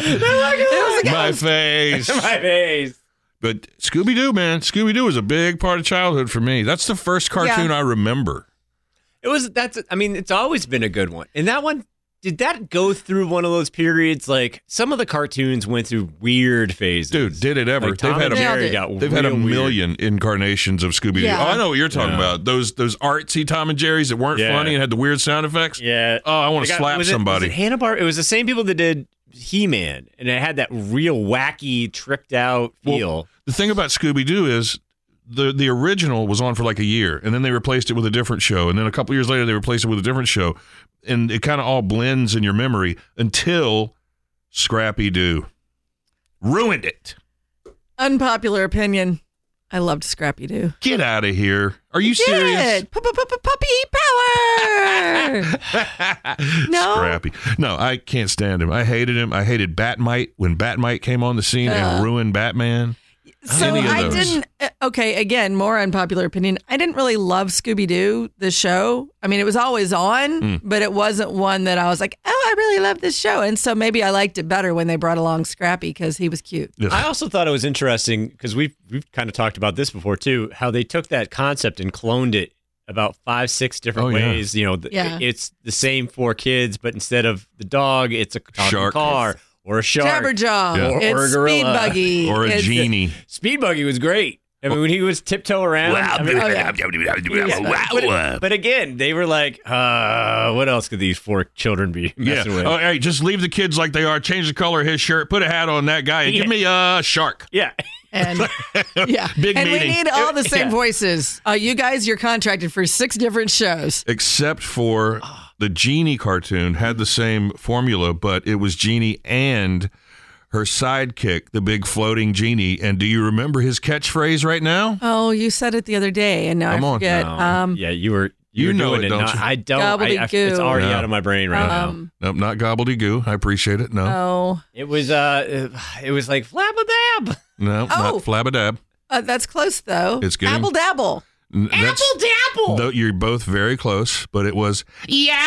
Speaker 3: My face.
Speaker 5: "Ah!" my face.
Speaker 3: But Scooby Doo, man, Scooby Doo was a big part of childhood for me. That's the first cartoon
Speaker 5: Yeah.
Speaker 3: I remember.
Speaker 5: It was that's I mean it's always been a good one. And that one did that go through one of those periods like some of the cartoons went through weird phases. Dude,
Speaker 3: did it ever. they've had a, they've had a million incarnations of Scooby Doo.
Speaker 5: Yeah.
Speaker 3: Oh, I know what you're talking
Speaker 5: Yeah.
Speaker 3: about. Those those artsy Tom and Jerry's that weren't
Speaker 5: Yeah.
Speaker 3: funny and had the weird sound effects.
Speaker 5: Yeah.
Speaker 3: Oh, I want
Speaker 5: They
Speaker 3: to
Speaker 5: got-
Speaker 3: slap
Speaker 5: was it-
Speaker 3: somebody.
Speaker 5: was it Hanna Bar it was the same people that did He Man and it had that real wacky, tripped out
Speaker 3: Well,
Speaker 5: feel.
Speaker 3: the thing about Scooby Doo is the the original was on for like a year, and then they replaced it with a different show, and then a couple years later they replaced it with a different show, and it kind of all blends in your memory until Scrappy Doo ruined it.
Speaker 4: Unpopular opinion. I loved Scrappy Doo.
Speaker 3: Get out of here! Are you serious?
Speaker 4: Puppy power. no.
Speaker 3: Scrappy. No, I can't stand him. I hated him. I hated Batmite when Batmite came on the scene and
Speaker 4: Uh.
Speaker 3: ruined Batman.
Speaker 4: So
Speaker 3: Any of
Speaker 4: I
Speaker 3: those.
Speaker 4: didn't. uh, Okay, again, more unpopular opinion. I didn't really love Scooby Doo the show. I mean, it was always on,
Speaker 3: Mm.
Speaker 4: but it wasn't one that I was like, "Oh, I really love this show." And so maybe I liked it better when they brought along Scrappy because he was cute.
Speaker 5: I also thought it was interesting because we've we've kind of talked about this before too. How they took that concept and cloned it about five, six different
Speaker 3: Oh, yeah.
Speaker 5: ways. You know, th-
Speaker 4: Yeah.
Speaker 5: it's the same for kids, but instead of the dog, it's a talking
Speaker 3: Shark.
Speaker 5: car or a shark,
Speaker 4: Jabberjaw.
Speaker 5: or,
Speaker 4: It's
Speaker 5: or a
Speaker 4: Speed
Speaker 5: gorilla,
Speaker 4: Buggy. Or a It's- genie.
Speaker 5: speed buggy was great. I mean, when he was tiptoe around. I mean, Yeah, but, but again, they were like, uh, what else could these four children be
Speaker 3: Yeah.
Speaker 5: messing with?
Speaker 3: Oh, hey, just leave the kids like they are. Change the color of his shirt. Put a hat on that guy and give me a shark.
Speaker 5: Yeah.
Speaker 4: And yeah,
Speaker 3: Big
Speaker 4: and
Speaker 3: meeting.
Speaker 4: we need all the same
Speaker 3: Yeah.
Speaker 4: voices. Uh, you guys, you're contracted for six different shows.
Speaker 3: except for the genie cartoon had the same formula but it was genie and her sidekick the big floating genie and do you remember his catchphrase right now
Speaker 4: Oh, you said it the other day, and now
Speaker 3: Come
Speaker 4: I
Speaker 3: on.
Speaker 4: forget.
Speaker 3: No.
Speaker 4: Um,
Speaker 5: yeah, you were you,
Speaker 3: You
Speaker 5: were
Speaker 3: know
Speaker 5: doing
Speaker 3: it,
Speaker 5: it.
Speaker 3: don't
Speaker 5: not-
Speaker 3: you?
Speaker 5: I don't. I, I, it's
Speaker 4: Gobbledygood.
Speaker 5: already
Speaker 3: No.
Speaker 5: out of my brain right now.
Speaker 4: Um,
Speaker 3: nope not gobbledygook i appreciate it no
Speaker 4: Oh,
Speaker 5: It was uh, it was like flabadab.
Speaker 3: no
Speaker 4: Oh.
Speaker 3: not flabbadab
Speaker 4: uh, that's close though.
Speaker 3: It's getting-
Speaker 4: apple dabble.
Speaker 3: N- that's-
Speaker 4: dabble.
Speaker 3: though you're both very close but it was
Speaker 4: Yapple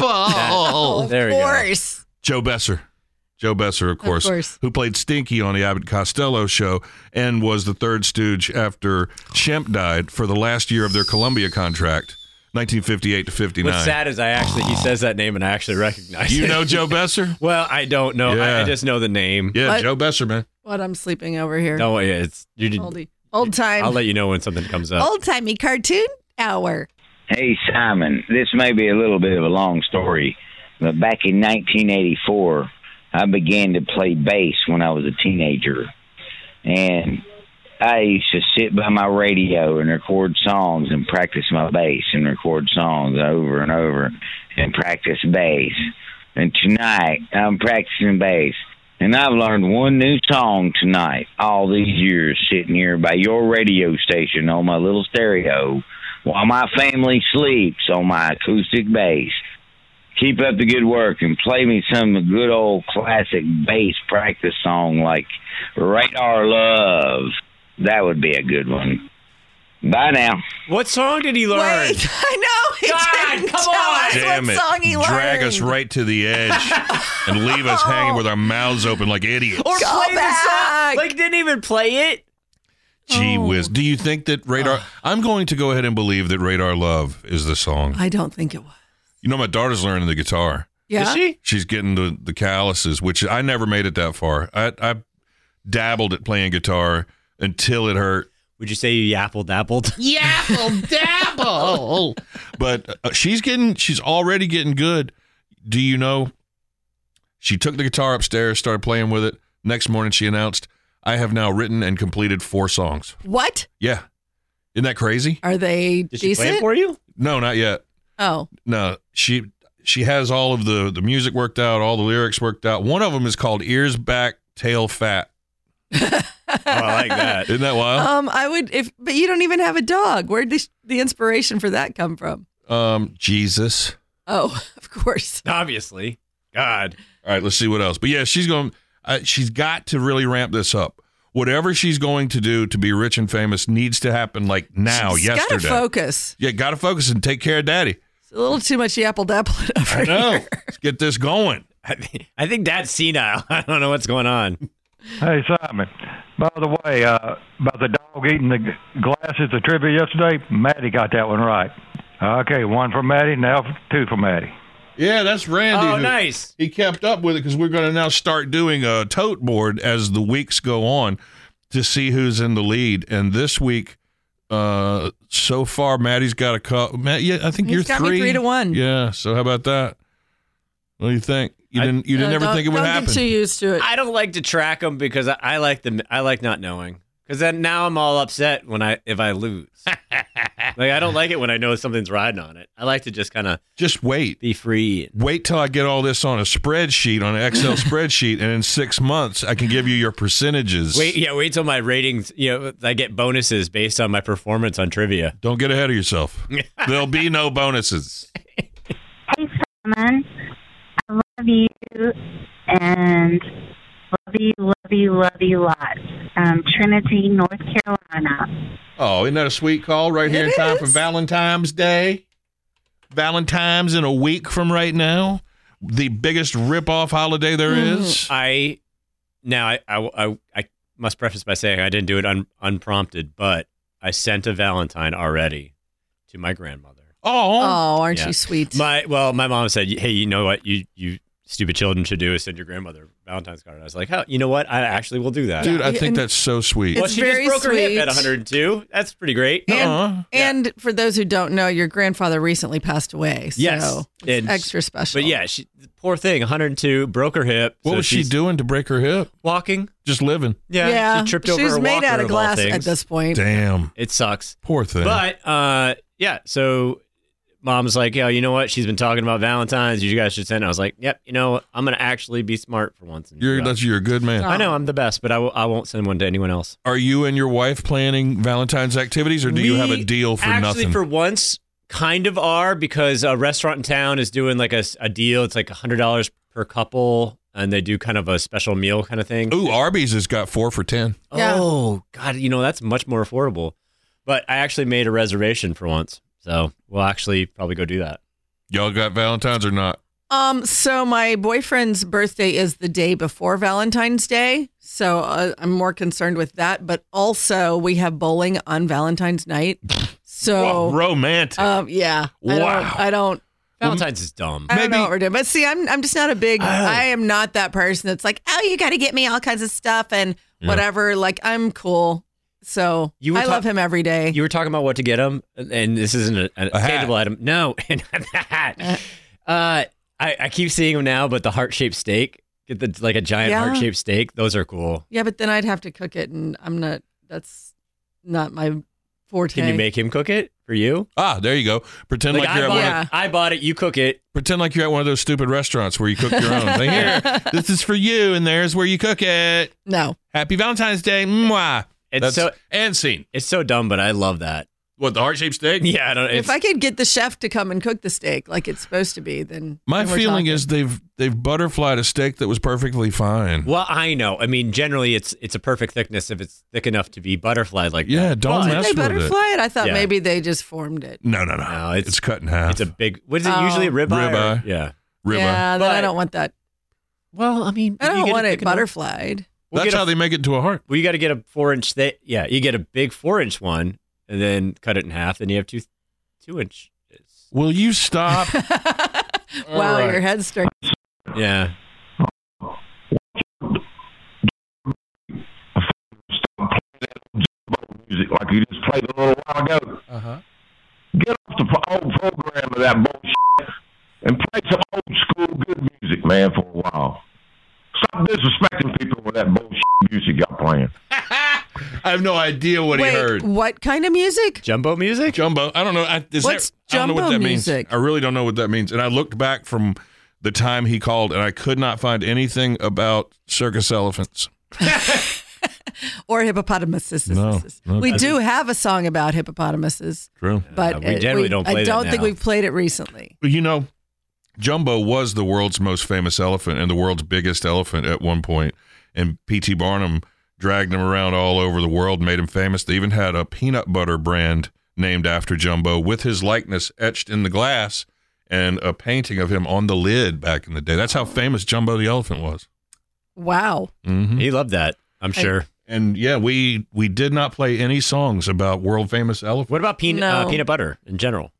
Speaker 3: Oh,
Speaker 4: dabble.
Speaker 3: there
Speaker 4: of
Speaker 3: we go.
Speaker 4: course.
Speaker 3: Joe Besser. Joe Besser, of course,
Speaker 4: course.
Speaker 3: who played Stinky on the Abbott Costello show and was the third stooge after Shemp died for the last year of their Columbia contract, 1958 to 59.
Speaker 5: What's sad is I actually he says that name and I actually recognize.
Speaker 3: You
Speaker 5: it.
Speaker 3: know Joe Besser?
Speaker 5: well, I don't know. I, I
Speaker 3: Yeah.
Speaker 5: just know the name.
Speaker 3: Yeah,
Speaker 4: What?
Speaker 3: Joe Besser, man.
Speaker 4: What I'm sleeping over here.
Speaker 5: No, yeah, it's you. did-
Speaker 4: Oldie. Old time.
Speaker 5: I'll let you know when something comes up.
Speaker 4: Old timey cartoon hour.
Speaker 14: Hey, Simon, this may be a little bit of a long story, but back in 1984, I began to play bass when I was a teenager. And I used to sit by my radio and record songs and practice my bass and record songs over and over and practice bass. And tonight, I'm practicing bass. And I've learned one new song tonight, all these years sitting here by your radio station on my little stereo while my family sleeps on my acoustic bass. Keep up the good work and play me some good old classic bass practice song like Radar Love. That would be a good one. Bye now.
Speaker 5: What song did he learn?
Speaker 4: Wait, I know. He didn't tell us
Speaker 3: Damn
Speaker 4: what
Speaker 3: it.
Speaker 4: song he learned.
Speaker 3: Drag us right to the edge and leave us hanging with our mouths open like idiots.
Speaker 4: Oh.
Speaker 5: Or play
Speaker 4: back.
Speaker 5: the song. Like didn't even play it.
Speaker 3: Gee whiz. Do you think that Radar. I'm going to go ahead and believe that Radar Love is the song.
Speaker 4: I don't think it was.
Speaker 3: You know, my daughter's learning the guitar.
Speaker 4: Yeah.
Speaker 5: Is she?
Speaker 3: She's getting the the calluses, which I never made it that far. I, I dabbled at playing guitar until it hurt,
Speaker 5: Would you say you yapple dabbled?
Speaker 2: Yapple dabble.
Speaker 3: but uh, she's getting she's already getting good. Do you know? She took the guitar upstairs, started playing with it. Next morning, she announced, "I have now written and completed four songs."
Speaker 4: What?
Speaker 3: Yeah, isn't that crazy?
Speaker 4: Are they
Speaker 5: Did she
Speaker 4: decent?
Speaker 5: play it for you?
Speaker 3: No, not yet.
Speaker 4: Oh,
Speaker 3: No, she she has all of the the music worked out, all the lyrics worked out. One of them is called "Ears Back, Tail Fat."
Speaker 5: Oh, I like that.
Speaker 3: Isn't that wild?
Speaker 5: Oh.
Speaker 4: um, I would if, but you don't even have a dog. Where did the inspiration for that come from?
Speaker 3: Um, Jesus.
Speaker 4: Oh, of course.
Speaker 5: Obviously. God.
Speaker 3: All right, let's see what else. But yeah, she's going. Uh, she's got to really ramp this up. Whatever she's going to do to be rich and famous needs to happen like now,
Speaker 4: She's gotta
Speaker 3: yesterday.
Speaker 4: focus.
Speaker 3: yeah, gotta focus and take care of daddy.
Speaker 4: It's a little too much apple dapple over
Speaker 3: I know.
Speaker 4: here.
Speaker 3: Let's get this going.
Speaker 5: I think, I think that's senile. I don't know what's going on.
Speaker 9: Hey, Simon. By the way, uh, about the dog eating the g- glasses, the trivia yesterday, Maddie got that one right. Okay, one for Maddie, now two for Maddie.
Speaker 3: Yeah, that's Randy.
Speaker 5: Oh,
Speaker 3: who-
Speaker 5: nice.
Speaker 3: He kept up with it because we're going to now start doing a tote board as the weeks go on to see who's in the lead. And this week, uh, so far, Maddie's got a cup. Matt, yeah, I think
Speaker 4: He's
Speaker 3: you're
Speaker 4: got me
Speaker 3: three.
Speaker 4: three to one.
Speaker 3: Yeah. So how about that? What do you think? You didn't. You didn't
Speaker 4: Uh,
Speaker 3: ever
Speaker 4: don't-
Speaker 3: think it would
Speaker 4: don't
Speaker 3: happen.
Speaker 4: Get too used to it.
Speaker 5: I don't like to track them because I, I like them. I like not knowing because then now I'm all upset when I if I lose. like I don't like it when I know something's riding on it. I like to just kind of
Speaker 3: Just wait.
Speaker 5: be free.
Speaker 3: Wait till I get all this on a spreadsheet, on an Excel spreadsheet, and in six months I can give you your percentages.
Speaker 5: Wait, yeah, wait till my ratings. You know, I get bonuses based on my performance on trivia.
Speaker 3: Don't get ahead of yourself. There'll be no bonuses.
Speaker 8: Hey, Simon. I love you and love you, love you, love you lots. Um, Trinity, North Carolina.
Speaker 3: Oh, isn't that a sweet call right here
Speaker 4: It
Speaker 3: in time for
Speaker 4: is.
Speaker 3: Valentine's Day? Valentine's in a week from right now. The biggest rip-off holiday there
Speaker 4: Mm.
Speaker 3: is.
Speaker 5: I now I I, I I must preface by saying I didn't do it un, unprompted, but I sent a Valentine already to my grandmother.
Speaker 3: Oh,
Speaker 4: Oh, aren't
Speaker 5: Yeah.
Speaker 4: you sweet?
Speaker 5: My well, my mom said, "Hey, you know what? You you stupid children should do is send your grandmother a Valentine's card. And I was like, oh, you know what? I actually will do that.
Speaker 3: Dude, I think that's so sweet.
Speaker 5: Well,
Speaker 4: It's
Speaker 5: she just
Speaker 4: very
Speaker 5: broke her hip at
Speaker 4: sweet.
Speaker 5: 102. That's pretty great.
Speaker 4: And,
Speaker 3: uh-uh.
Speaker 4: and for those who don't know, your grandfather recently passed away. So
Speaker 5: Yes.
Speaker 4: it's
Speaker 5: And-
Speaker 4: extra special.
Speaker 5: But yeah, she poor thing, 102, broke her hip.
Speaker 3: What was she doing to break her hip?
Speaker 5: Walking,
Speaker 3: just living.
Speaker 5: Yeah,
Speaker 4: Yeah.
Speaker 5: she tripped over
Speaker 4: She's
Speaker 5: her
Speaker 4: made
Speaker 5: walker
Speaker 4: out of
Speaker 5: all
Speaker 4: glass at
Speaker 5: things.
Speaker 4: this point.
Speaker 3: Damn,
Speaker 5: it sucks.
Speaker 3: Poor thing.
Speaker 5: But uh, yeah, so mom's like, yo, you know what? She's been talking about Valentine's. You guys should send. it." I was like, yep. You know, what? I'm gonna actually be smart for once. And
Speaker 3: You're
Speaker 5: do that.
Speaker 3: that's you're a good man.
Speaker 5: I know I'm the best, but I w- I won't send one to anyone else.
Speaker 3: Are you and your wife planning Valentine's activities, or do you have a
Speaker 5: We
Speaker 3: deal for
Speaker 5: actually,
Speaker 3: nothing?
Speaker 5: for once, kind of are because a restaurant in town is doing like a, s- a deal. It's like hundred dollars per couple, and they do kind of a special meal kind of thing.
Speaker 3: Ooh, Arby's has got four for ten.
Speaker 5: Oh God, you know that's much more affordable. But I actually made a reservation for once, so we'll actually probably go do that.
Speaker 3: Y'all got Valentine's or not?
Speaker 4: Um, so my boyfriend's birthday is the day before Valentine's Day, so uh, I'm more concerned with that. But also, we have bowling on Valentine's night, so
Speaker 5: Wow, romantic.
Speaker 4: Um, yeah, I
Speaker 5: Wow.
Speaker 4: Don't, I don't.
Speaker 5: Valentine's is dumb.
Speaker 4: I don't know what we're doing, but see, I'm I'm just not a
Speaker 5: Oh.
Speaker 4: big. I am not that person that's like, oh, you got to get me all kinds of stuff and
Speaker 5: Yeah.
Speaker 4: whatever. Like I'm cool, so
Speaker 5: You were
Speaker 4: I
Speaker 5: ta-
Speaker 4: love him every day.
Speaker 5: You were talking about what to get him, and this isn't a, a,
Speaker 3: hat.
Speaker 5: tangible item. No, and a hat.
Speaker 4: Uh-huh.
Speaker 5: Uh, I, I keep seeing them now, but the heart shaped steak, get the like a giant
Speaker 4: Yeah.
Speaker 5: heart shaped steak. Those are cool.
Speaker 4: Yeah, but then I'd have to cook it, and I'm not. That's not my forte.
Speaker 5: Can you make him cook it for you?
Speaker 3: Ah, there you go. Pretend like,
Speaker 5: Like, I
Speaker 3: you're at
Speaker 5: bought-
Speaker 3: one.
Speaker 5: Yeah. I bought it. You cook it.
Speaker 3: Pretend like you're at one of those stupid restaurants where you cook your own. Like, Here, this is for you, and there's where you cook it.
Speaker 4: No.
Speaker 3: Happy Valentine's Day. Mwah. That's-
Speaker 5: It's so
Speaker 3: and scene.
Speaker 5: It's so dumb, but I love that.
Speaker 3: What the heart shaped steak?
Speaker 5: Yeah, I don't. It's,
Speaker 4: if I could get the chef to come and cook the steak like it's supposed to be, then
Speaker 3: My
Speaker 4: then we're
Speaker 3: feeling
Speaker 4: talking.
Speaker 3: is they've they've butterflied a steak that was perfectly fine.
Speaker 5: well, I know. I mean, generally, it's it's a perfect thickness if it's thick enough to be butterfly like that.
Speaker 3: Yeah, don't
Speaker 5: But-
Speaker 3: mess
Speaker 4: they
Speaker 3: with it.
Speaker 4: butterfly it. I thought
Speaker 5: Yeah.
Speaker 4: maybe they just formed it.
Speaker 3: No, no, no. it's, cut in half. It's a
Speaker 5: big. What is it
Speaker 4: Oh.
Speaker 5: usually? Ribeye. or-
Speaker 3: Ribeye.
Speaker 5: Yeah.
Speaker 3: Ribeye.
Speaker 4: Yeah, then I don't want that.
Speaker 5: Well, I mean,
Speaker 4: I
Speaker 5: you
Speaker 4: don't
Speaker 5: get
Speaker 4: want
Speaker 5: it
Speaker 4: it
Speaker 5: thick enough.
Speaker 4: butterflied.
Speaker 5: We'll
Speaker 3: That's
Speaker 5: get a-
Speaker 3: how they make it into a heart.
Speaker 5: Well, you got to get a four inch. Th- yeah, you get a big four inch one, and then cut it in half. Then you have two, two inch.
Speaker 3: Will you stop?
Speaker 4: wow, your head's starting.
Speaker 5: Yeah.
Speaker 15: music like you just played a little while ago.
Speaker 3: Uh-huh.
Speaker 15: Get off the pro- old program of that bullshit and play some old school good music, man, for a while. Stop disrespecting people with that bullshit music y'all playing.
Speaker 3: I have no idea what
Speaker 4: Wait,
Speaker 3: he heard.
Speaker 4: what kind of music?
Speaker 5: Jumbo music?
Speaker 3: Jumbo. I don't know. I, is
Speaker 4: What's
Speaker 3: that, I don't know what
Speaker 4: jumbo
Speaker 3: that
Speaker 4: music?
Speaker 3: means. I really don't know what that means. And I looked back from the time he called and I could not find anything about circus elephants.
Speaker 4: Or hippopotamuses?
Speaker 3: No. no.
Speaker 4: We do have a song about hippopotamuses,
Speaker 3: True.
Speaker 4: but uh,
Speaker 3: we generally don't play
Speaker 4: I
Speaker 3: that
Speaker 4: don't think
Speaker 3: now.
Speaker 4: we've played it recently.
Speaker 3: You know, Jumbo was the world's most famous elephant and the world's biggest elephant at one point. And P.T. Barnum dragged him around all over the world, made him famous. They even had a peanut butter brand named after Jumbo with his likeness etched in the glass and a painting of him on the lid back in the day. That's how famous Jumbo the elephant was.
Speaker 4: Wow.
Speaker 3: Mm-hmm.
Speaker 5: He loved that, I'm sure.
Speaker 3: And yeah, we we did not play any songs about world famous elephants.
Speaker 5: What about peanut uh,
Speaker 4: No.
Speaker 5: peanut butter in general?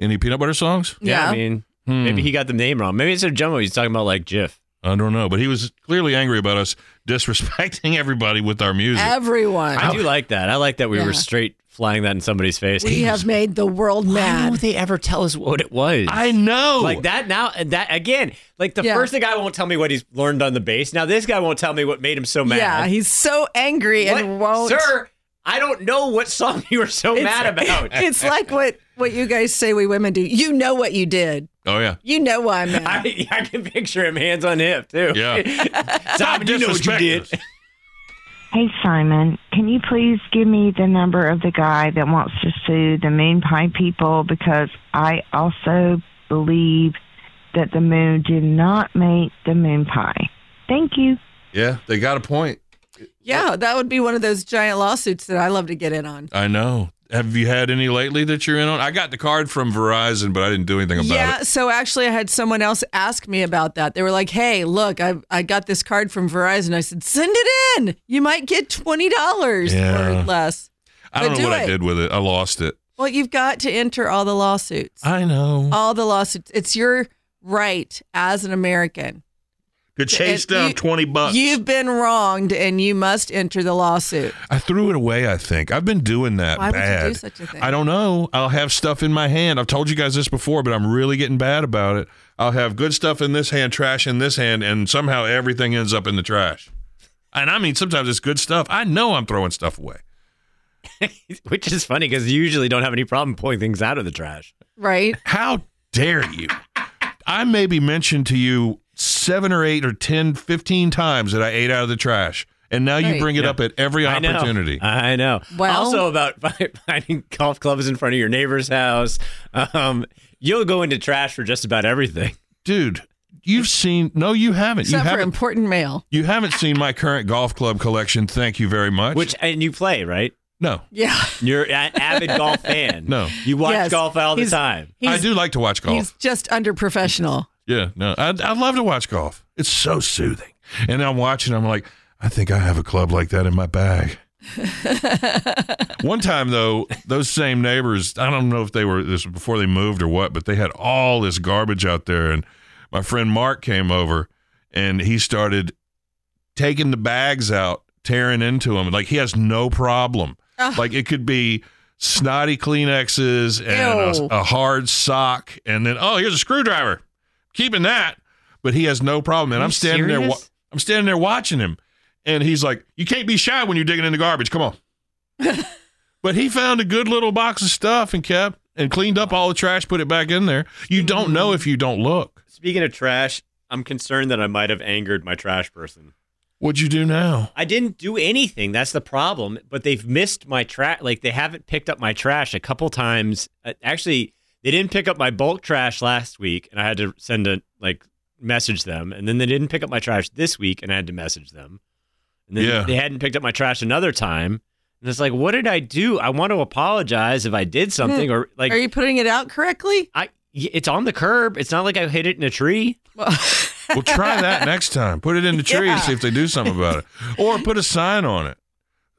Speaker 3: Any peanut butter songs?
Speaker 5: Yeah, I
Speaker 4: Yeah.
Speaker 5: mean,
Speaker 3: Hmm.
Speaker 5: maybe he got the name wrong. Maybe instead of jumbo, he's talking about like Jif.
Speaker 3: I don't know, but he was clearly angry about us disrespecting everybody with our music.
Speaker 4: Everyone,
Speaker 5: I do like that. I like that we
Speaker 4: Yeah.
Speaker 5: were straight flying that in somebody's face.
Speaker 4: we have made the world mad.
Speaker 5: they ever tell us what it was?
Speaker 3: I know.
Speaker 5: Like that now, and that again. Like the
Speaker 4: Yeah.
Speaker 5: first guy won't tell me what he's learned on the base. Now this guy won't tell me what made him so mad.
Speaker 4: Yeah, he's so angry and won't.
Speaker 5: Sir, I don't know what song you were so
Speaker 4: It's-
Speaker 5: mad about.
Speaker 4: It's like what what you guys say we women do. You know what you did.
Speaker 3: Oh yeah.
Speaker 4: You know why I'm mad.
Speaker 5: I, I can picture him hands on hip too.
Speaker 3: Yeah.
Speaker 5: Simon, you know what you did.
Speaker 8: Hey Simon, can you please give me the number of the guy that wants to sue the moon pie people because I also believe that the moon did not make the moon pie. Thank you.
Speaker 3: Yeah, they got a point.
Speaker 4: yeah, that would be one of those giant lawsuits that I love to get in on.
Speaker 3: I know. Have you had any lately that you're in on? I got the card from Verizon, but I didn't do anything about
Speaker 4: Yeah,
Speaker 3: it.
Speaker 4: so actually I had someone else ask me about that. They were like, "Hey, look, I I got this card from Verizon." I said, "Send it in. You might get $20
Speaker 3: Yeah.
Speaker 4: or less."
Speaker 3: I don't know
Speaker 4: but do
Speaker 3: what I
Speaker 4: it.
Speaker 3: did with it. I lost it.
Speaker 4: Well, you've got to enter all the lawsuits.
Speaker 3: I know.
Speaker 4: All the lawsuits. It's your right as an American
Speaker 3: Could chase
Speaker 4: If
Speaker 3: down
Speaker 4: you-
Speaker 3: 20 bucks.
Speaker 4: You've been wronged and you must enter the lawsuit.
Speaker 3: I threw it away, I think. I've been doing that
Speaker 4: Why would you do
Speaker 3: bad.
Speaker 4: such a thing?
Speaker 3: I don't know. I'll have stuff in my hand. I've told you guys this before, but I'm really getting bad about it. I'll have good stuff in this hand, trash in this hand, and somehow everything ends up in the trash. And I mean, sometimes it's good stuff. I know I'm throwing stuff away.
Speaker 5: Which is funny because you usually don't have any problem pulling things out of the trash.
Speaker 4: Right?
Speaker 3: How dare you? I maybe mentioned to you seven or eight or 10, 15 times that I ate out of the trash. And now you
Speaker 5: Right.
Speaker 3: bring it
Speaker 5: Yeah.
Speaker 3: up at every
Speaker 5: I know.
Speaker 3: opportunity.
Speaker 5: I know.
Speaker 4: Well-
Speaker 5: also about fi- finding golf clubs in front of your neighbor's house. Um, you'll go into trash for just about everything.
Speaker 3: Dude, you've seen. No, you haven't.
Speaker 4: Except
Speaker 3: you
Speaker 4: for
Speaker 3: haven't.
Speaker 4: important mail.
Speaker 3: You haven't seen my current golf club collection. Thank you very much. Which
Speaker 5: and you play right?
Speaker 3: No,
Speaker 4: Yeah.
Speaker 5: You're an avid golf fan.
Speaker 3: no.
Speaker 5: You watch
Speaker 4: Yes.
Speaker 5: golf all the
Speaker 4: He's-
Speaker 5: time.
Speaker 4: he's-
Speaker 3: I do like to watch golf.
Speaker 4: He's just under professional.
Speaker 3: Yeah, no, I, I love to watch golf. It's so soothing. And I'm watching. I'm like, I think I have a club like that in my bag. One time though, those same neighbors, I don't know if they were this was before they moved or what, but they had all this garbage out there and my friend Mark came over and he started taking the bags out, tearing into them. Like he has no problem. Like it could be snotty Kleenexes and
Speaker 16: Ew.
Speaker 3: a, a hard sock and then oh, here's a screwdriver. Keeping that, but he has no problem. And
Speaker 16: Are
Speaker 3: I'm
Speaker 16: you
Speaker 3: standing there wa-
Speaker 16: serious?
Speaker 3: I'm standing there watching him and he's like, "You can't be shy when you're digging in the garbage. Come on." But he found a good little box of stuff and kept and cleaned up all the trash, put it back in there. You don't know if you don't look.
Speaker 5: Speaking of trash, I'm concerned that I might have angered my trash person.
Speaker 3: What'd you do now?
Speaker 5: I didn't do anything. That's the problem. But they've missed my trash. Like they haven't picked up my trash a couple times. Uh, actually, they didn't pick up my bulk trash last week, and I had to send a like message them. And then they didn't pick up my trash this week, and I had to message them. And then
Speaker 3: Yeah.
Speaker 5: they hadn't picked up my trash another time. And it's like, what did I do? I want to apologize if I did something, or like,
Speaker 4: Hmm. Are you putting it out correctly?
Speaker 5: I y- it's on the curb. It's not like I hit it in a tree.
Speaker 3: Well, try that next time. Put it in the tree
Speaker 5: Yeah.
Speaker 3: and see if they do something about it, or put a sign on it.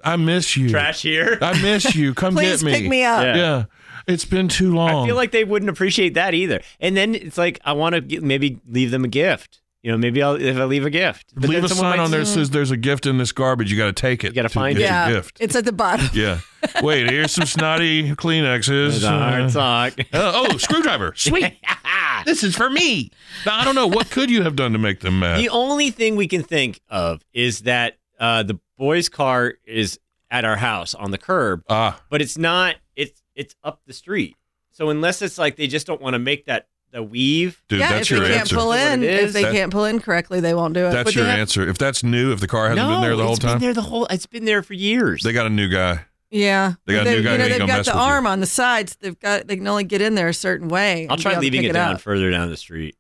Speaker 3: I miss you.
Speaker 5: Trash here.
Speaker 3: I miss you. Come
Speaker 5: Please
Speaker 3: get me.
Speaker 5: pick me up.
Speaker 3: Yeah.
Speaker 5: Yeah.
Speaker 3: It's been too long.
Speaker 5: I feel like they wouldn't appreciate that either. And then it's like I want to maybe leave them a gift. You know, maybe I'll if I leave a gift. But
Speaker 3: Leave
Speaker 5: then
Speaker 3: a
Speaker 5: someone
Speaker 3: sign
Speaker 5: might
Speaker 3: on there that
Speaker 5: say,
Speaker 3: says there's a gift in this garbage. You got to take it. You got to
Speaker 5: find
Speaker 3: get
Speaker 5: it.
Speaker 3: your gift.
Speaker 4: It's at the bottom.
Speaker 3: Yeah. Wait, here's some snotty Kleenexes.
Speaker 5: There's a hard
Speaker 3: Uh,
Speaker 5: sock.
Speaker 3: uh, oh, screwdriver. Sweet. this is for me. Now, I don't know. What could you have done to make them mad?
Speaker 5: The only thing we can think of is that uh, the boy's car is at our house on the curb,
Speaker 3: Ah,
Speaker 5: but it's not. It's it's up the street. So unless it's like they just don't want to make that the weave,
Speaker 3: Dude,
Speaker 4: yeah,
Speaker 3: that's
Speaker 4: if
Speaker 3: your
Speaker 4: they
Speaker 3: answer.
Speaker 4: can't pull in,
Speaker 5: What it
Speaker 4: if
Speaker 5: is.
Speaker 4: they
Speaker 3: That-
Speaker 4: can't pull in correctly, they won't do it.
Speaker 3: That's your
Speaker 4: answer.
Speaker 3: answer. If that's new, if the car hasn't
Speaker 5: no,
Speaker 3: been there the whole
Speaker 5: it's been
Speaker 3: time,
Speaker 5: there the whole. It's been there for years.
Speaker 3: they got a new guy.
Speaker 4: Yeah,
Speaker 3: They got a new guy
Speaker 4: You
Speaker 3: who
Speaker 4: know,
Speaker 3: ain't
Speaker 4: they've
Speaker 3: gonna
Speaker 4: got
Speaker 3: mess
Speaker 4: the
Speaker 3: with you.
Speaker 4: arm on the sides. They've got they can only get in there a certain way.
Speaker 5: I'll
Speaker 4: and
Speaker 5: try
Speaker 4: be able to
Speaker 5: leaving
Speaker 4: pick
Speaker 5: it down
Speaker 4: up.
Speaker 5: further down the street.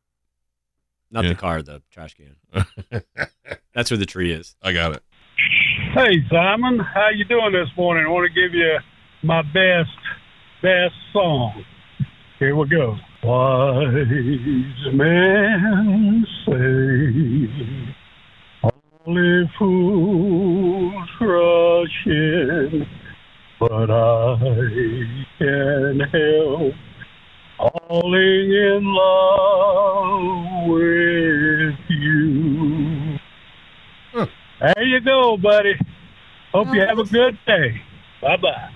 Speaker 5: Not the car, the trash can. That's where the tree is.
Speaker 3: I got it.
Speaker 17: Hey Simon, how you doing this morning? I want to give you my best, best song. Here we go. Wise men say only fools rush in, but I can help falling in love with you. There you go, buddy. Hope you have a good day. Bye bye.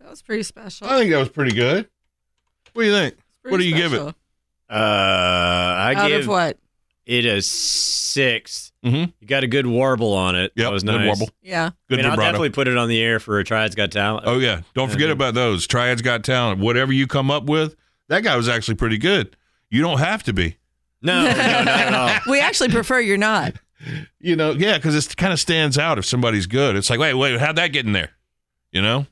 Speaker 4: That was pretty special.
Speaker 3: I think that was pretty good. What do you think? What do you give it?
Speaker 5: Uh, I
Speaker 4: Out
Speaker 5: give
Speaker 4: of what?
Speaker 5: it a 6
Speaker 3: Mm-hmm.
Speaker 5: You got a good warble on it. Yeah, that was
Speaker 3: good
Speaker 5: nice.
Speaker 3: warble.
Speaker 4: Yeah.
Speaker 5: I mean, I'll
Speaker 3: vibrato.
Speaker 5: definitely put it on the air for a Triads Got Talent.
Speaker 3: Oh yeah, don't forget about those. Triads got talent. Whatever you come up with, that guy was actually pretty good. You don't have to be.
Speaker 5: No, no, not at all.
Speaker 4: we actually prefer you're not.
Speaker 3: You know, yeah, because it kind of stands out if somebody's good. It's like, wait, wait, how'd that get in there? You know,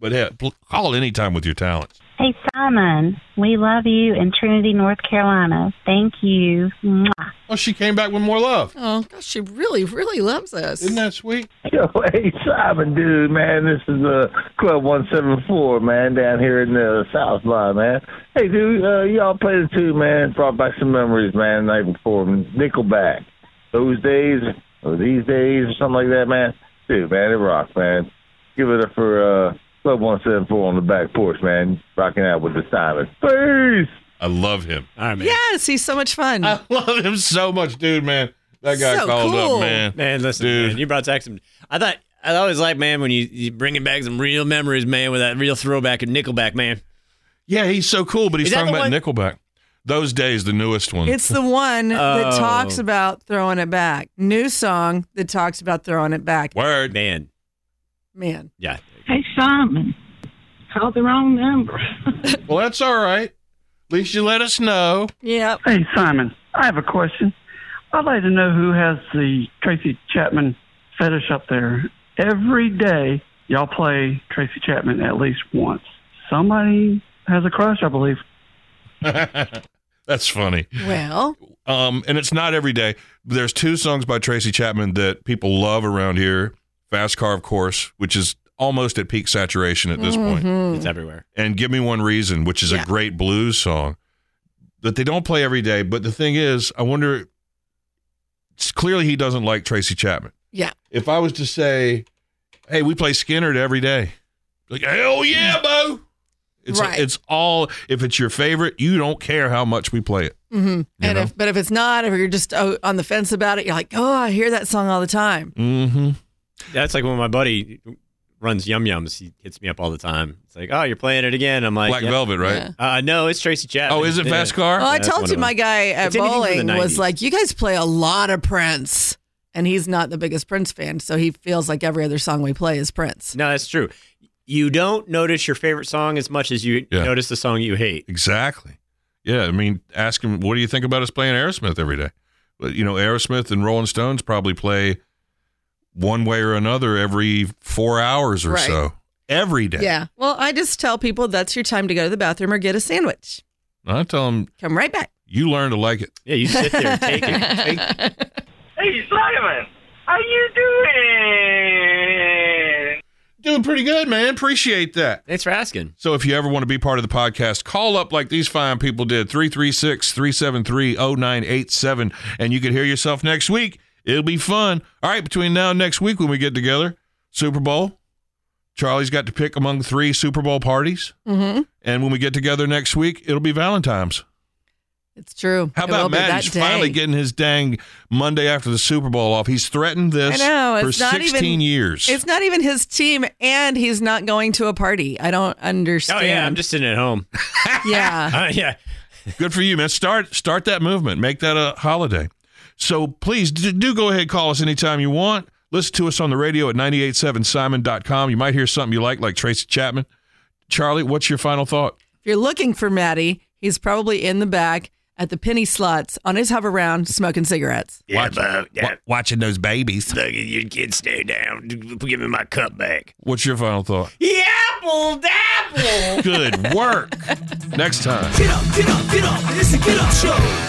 Speaker 3: but yeah, pl- call anytime with your talents.
Speaker 18: Hey, Simon, we love you in Trinity, North Carolina. Thank you. Mwah.
Speaker 3: Oh, she came back with more love.
Speaker 4: Oh gosh, she really, really loves us. Isn't
Speaker 3: that sweet?
Speaker 16: Yo, hey Simon, dude, man, this is uh, Club One Seven Four, man, down here in the South Line, man. Hey, dude, uh, y'all played it too, man. Brought back some memories, man. The night before Nickelback, those days or these days or something like that, man. Dude, man, it rocks, man. Give it up for uh, Club One Seven Four on the back porch, man. Rocking out with the Simon. Peace.
Speaker 3: I love him.
Speaker 5: All right, man. Uh,
Speaker 4: Yes, he's so much fun.
Speaker 3: I love him so much, dude, man. That guy
Speaker 5: So
Speaker 3: called
Speaker 5: cool.
Speaker 3: up, man.
Speaker 5: Man, listen, man, you brought back some. I thought I always like, man, when you you bringing back some real memories, man, with that real throwback of Nickelback, man.
Speaker 3: Yeah, he's so cool, but he's
Speaker 4: Is that
Speaker 3: talking
Speaker 4: the
Speaker 3: about Nickelback. Those days, the newest one.
Speaker 4: It's the one that
Speaker 3: Oh.
Speaker 4: talks about throwing it back. New song that talks about throwing it back.
Speaker 3: word
Speaker 5: man.
Speaker 4: Man.
Speaker 5: Yeah.
Speaker 19: Hey, Simon. Called the wrong number.
Speaker 3: well, that's all right. At least you let us know.
Speaker 4: Yeah.
Speaker 19: Hey, Simon. I have a question. I'd like to know who has the Tracy Chapman fetish up there. Every day, y'all play Tracy Chapman at least once. Somebody has a crush, I believe.
Speaker 3: That's funny.
Speaker 4: Well,
Speaker 3: Um, and it's not every day. There's two songs by Tracy Chapman that people love around here. Fast Car, of course, which is almost at peak saturation at this
Speaker 5: Mhm.
Speaker 3: point.
Speaker 4: Mm.
Speaker 5: It's everywhere.
Speaker 3: And Give Me One Reason, which is
Speaker 5: Yeah.
Speaker 3: a great blues song that they don't play every day. But the thing is, I wonder. it's clearly, he doesn't like Tracy Chapman.
Speaker 4: Yeah.
Speaker 3: If I was to say, "Hey, we play Skinner every day," like hell yeah, bo. It's
Speaker 4: Right.
Speaker 3: it's all if it's your favorite, you don't care how much we play it.
Speaker 4: hmm And
Speaker 3: know?
Speaker 4: if, but if it's not, if you're just oh, on the fence about it, you're like, oh, I hear that song all the time.
Speaker 3: Mm-hmm.
Speaker 5: That's like when my buddy runs Yum Yums. He hits me up all the time. It's like, oh, you're playing it again. I'm like,
Speaker 3: Black Velvet, right?
Speaker 5: Uh, no, it's Tracy Chapman.
Speaker 3: Oh, is it Fast Car?
Speaker 4: Well, I
Speaker 5: That's one
Speaker 4: told you
Speaker 5: of
Speaker 4: my
Speaker 5: them.
Speaker 4: guy at
Speaker 5: It's anything from the
Speaker 4: bowling was
Speaker 5: 90s.
Speaker 4: like, you guys play a lot of Prince, and he's not the biggest Prince fan, so he feels like every other song we play is Prince.
Speaker 5: No, that's true. You don't notice your favorite song as much as you notice the song you hate.
Speaker 3: Exactly. Yeah, I mean, ask him what do you think about us playing Aerosmith every day? But you know, Aerosmith and Rolling Stones probably play one way or another every four hours or
Speaker 4: Right.
Speaker 3: so every day.
Speaker 4: Yeah. Well, I just tell people that's your time to go to the bathroom or get a sandwich.
Speaker 3: I tell them
Speaker 4: Come right back.
Speaker 3: you learn to like it.
Speaker 5: Yeah, you sit there, take
Speaker 13: Hey, Simon. How you doing?
Speaker 3: Doing pretty good, man. Appreciate that.
Speaker 5: Thanks for asking.
Speaker 3: So, if you ever want to be part of the podcast, call up like these fine people did 336 373 0987, and you can hear yourself next week. It'll be fun. All right, between now and next week when we get together, Super Bowl. Charlie's got to pick among three Super Bowl parties.
Speaker 4: Mm-hmm.
Speaker 3: And when we get together next week, it'll be Valentine's.
Speaker 4: It's true.
Speaker 3: How
Speaker 4: It will
Speaker 3: about
Speaker 4: be
Speaker 3: Matt?
Speaker 4: that
Speaker 3: He's
Speaker 4: day.
Speaker 3: finally getting his dang Monday after the Super Bowl off. He's threatened
Speaker 4: I
Speaker 3: this
Speaker 4: know,
Speaker 3: for
Speaker 4: it's not
Speaker 3: 16
Speaker 4: even-
Speaker 3: years.
Speaker 4: It's not even his team, and he's not going to a party. I don't
Speaker 5: Oh
Speaker 4: understand.
Speaker 5: yeah, I'm just sitting at home.
Speaker 4: yeah.
Speaker 5: Uh, yeah.
Speaker 3: Good for you, man. Start start that movement. Make that a holiday. So please do, do go ahead call us anytime you want. Listen to us on the radio at 987simon.com. You might hear something you like, like Tracy Chapman. Charlie, what's your final thought?
Speaker 4: If you're looking for Maddie, he's probably in the back at the penny slots on his hover round smoking cigarettes.
Speaker 3: Watch- wa- watching those babies.
Speaker 5: Look at your kids stay down. Give me my cup back.
Speaker 3: What's your final thought?
Speaker 2: Yapple dapple.
Speaker 3: Good work. Next time.
Speaker 2: Get up, get up, get up. It's a get up show.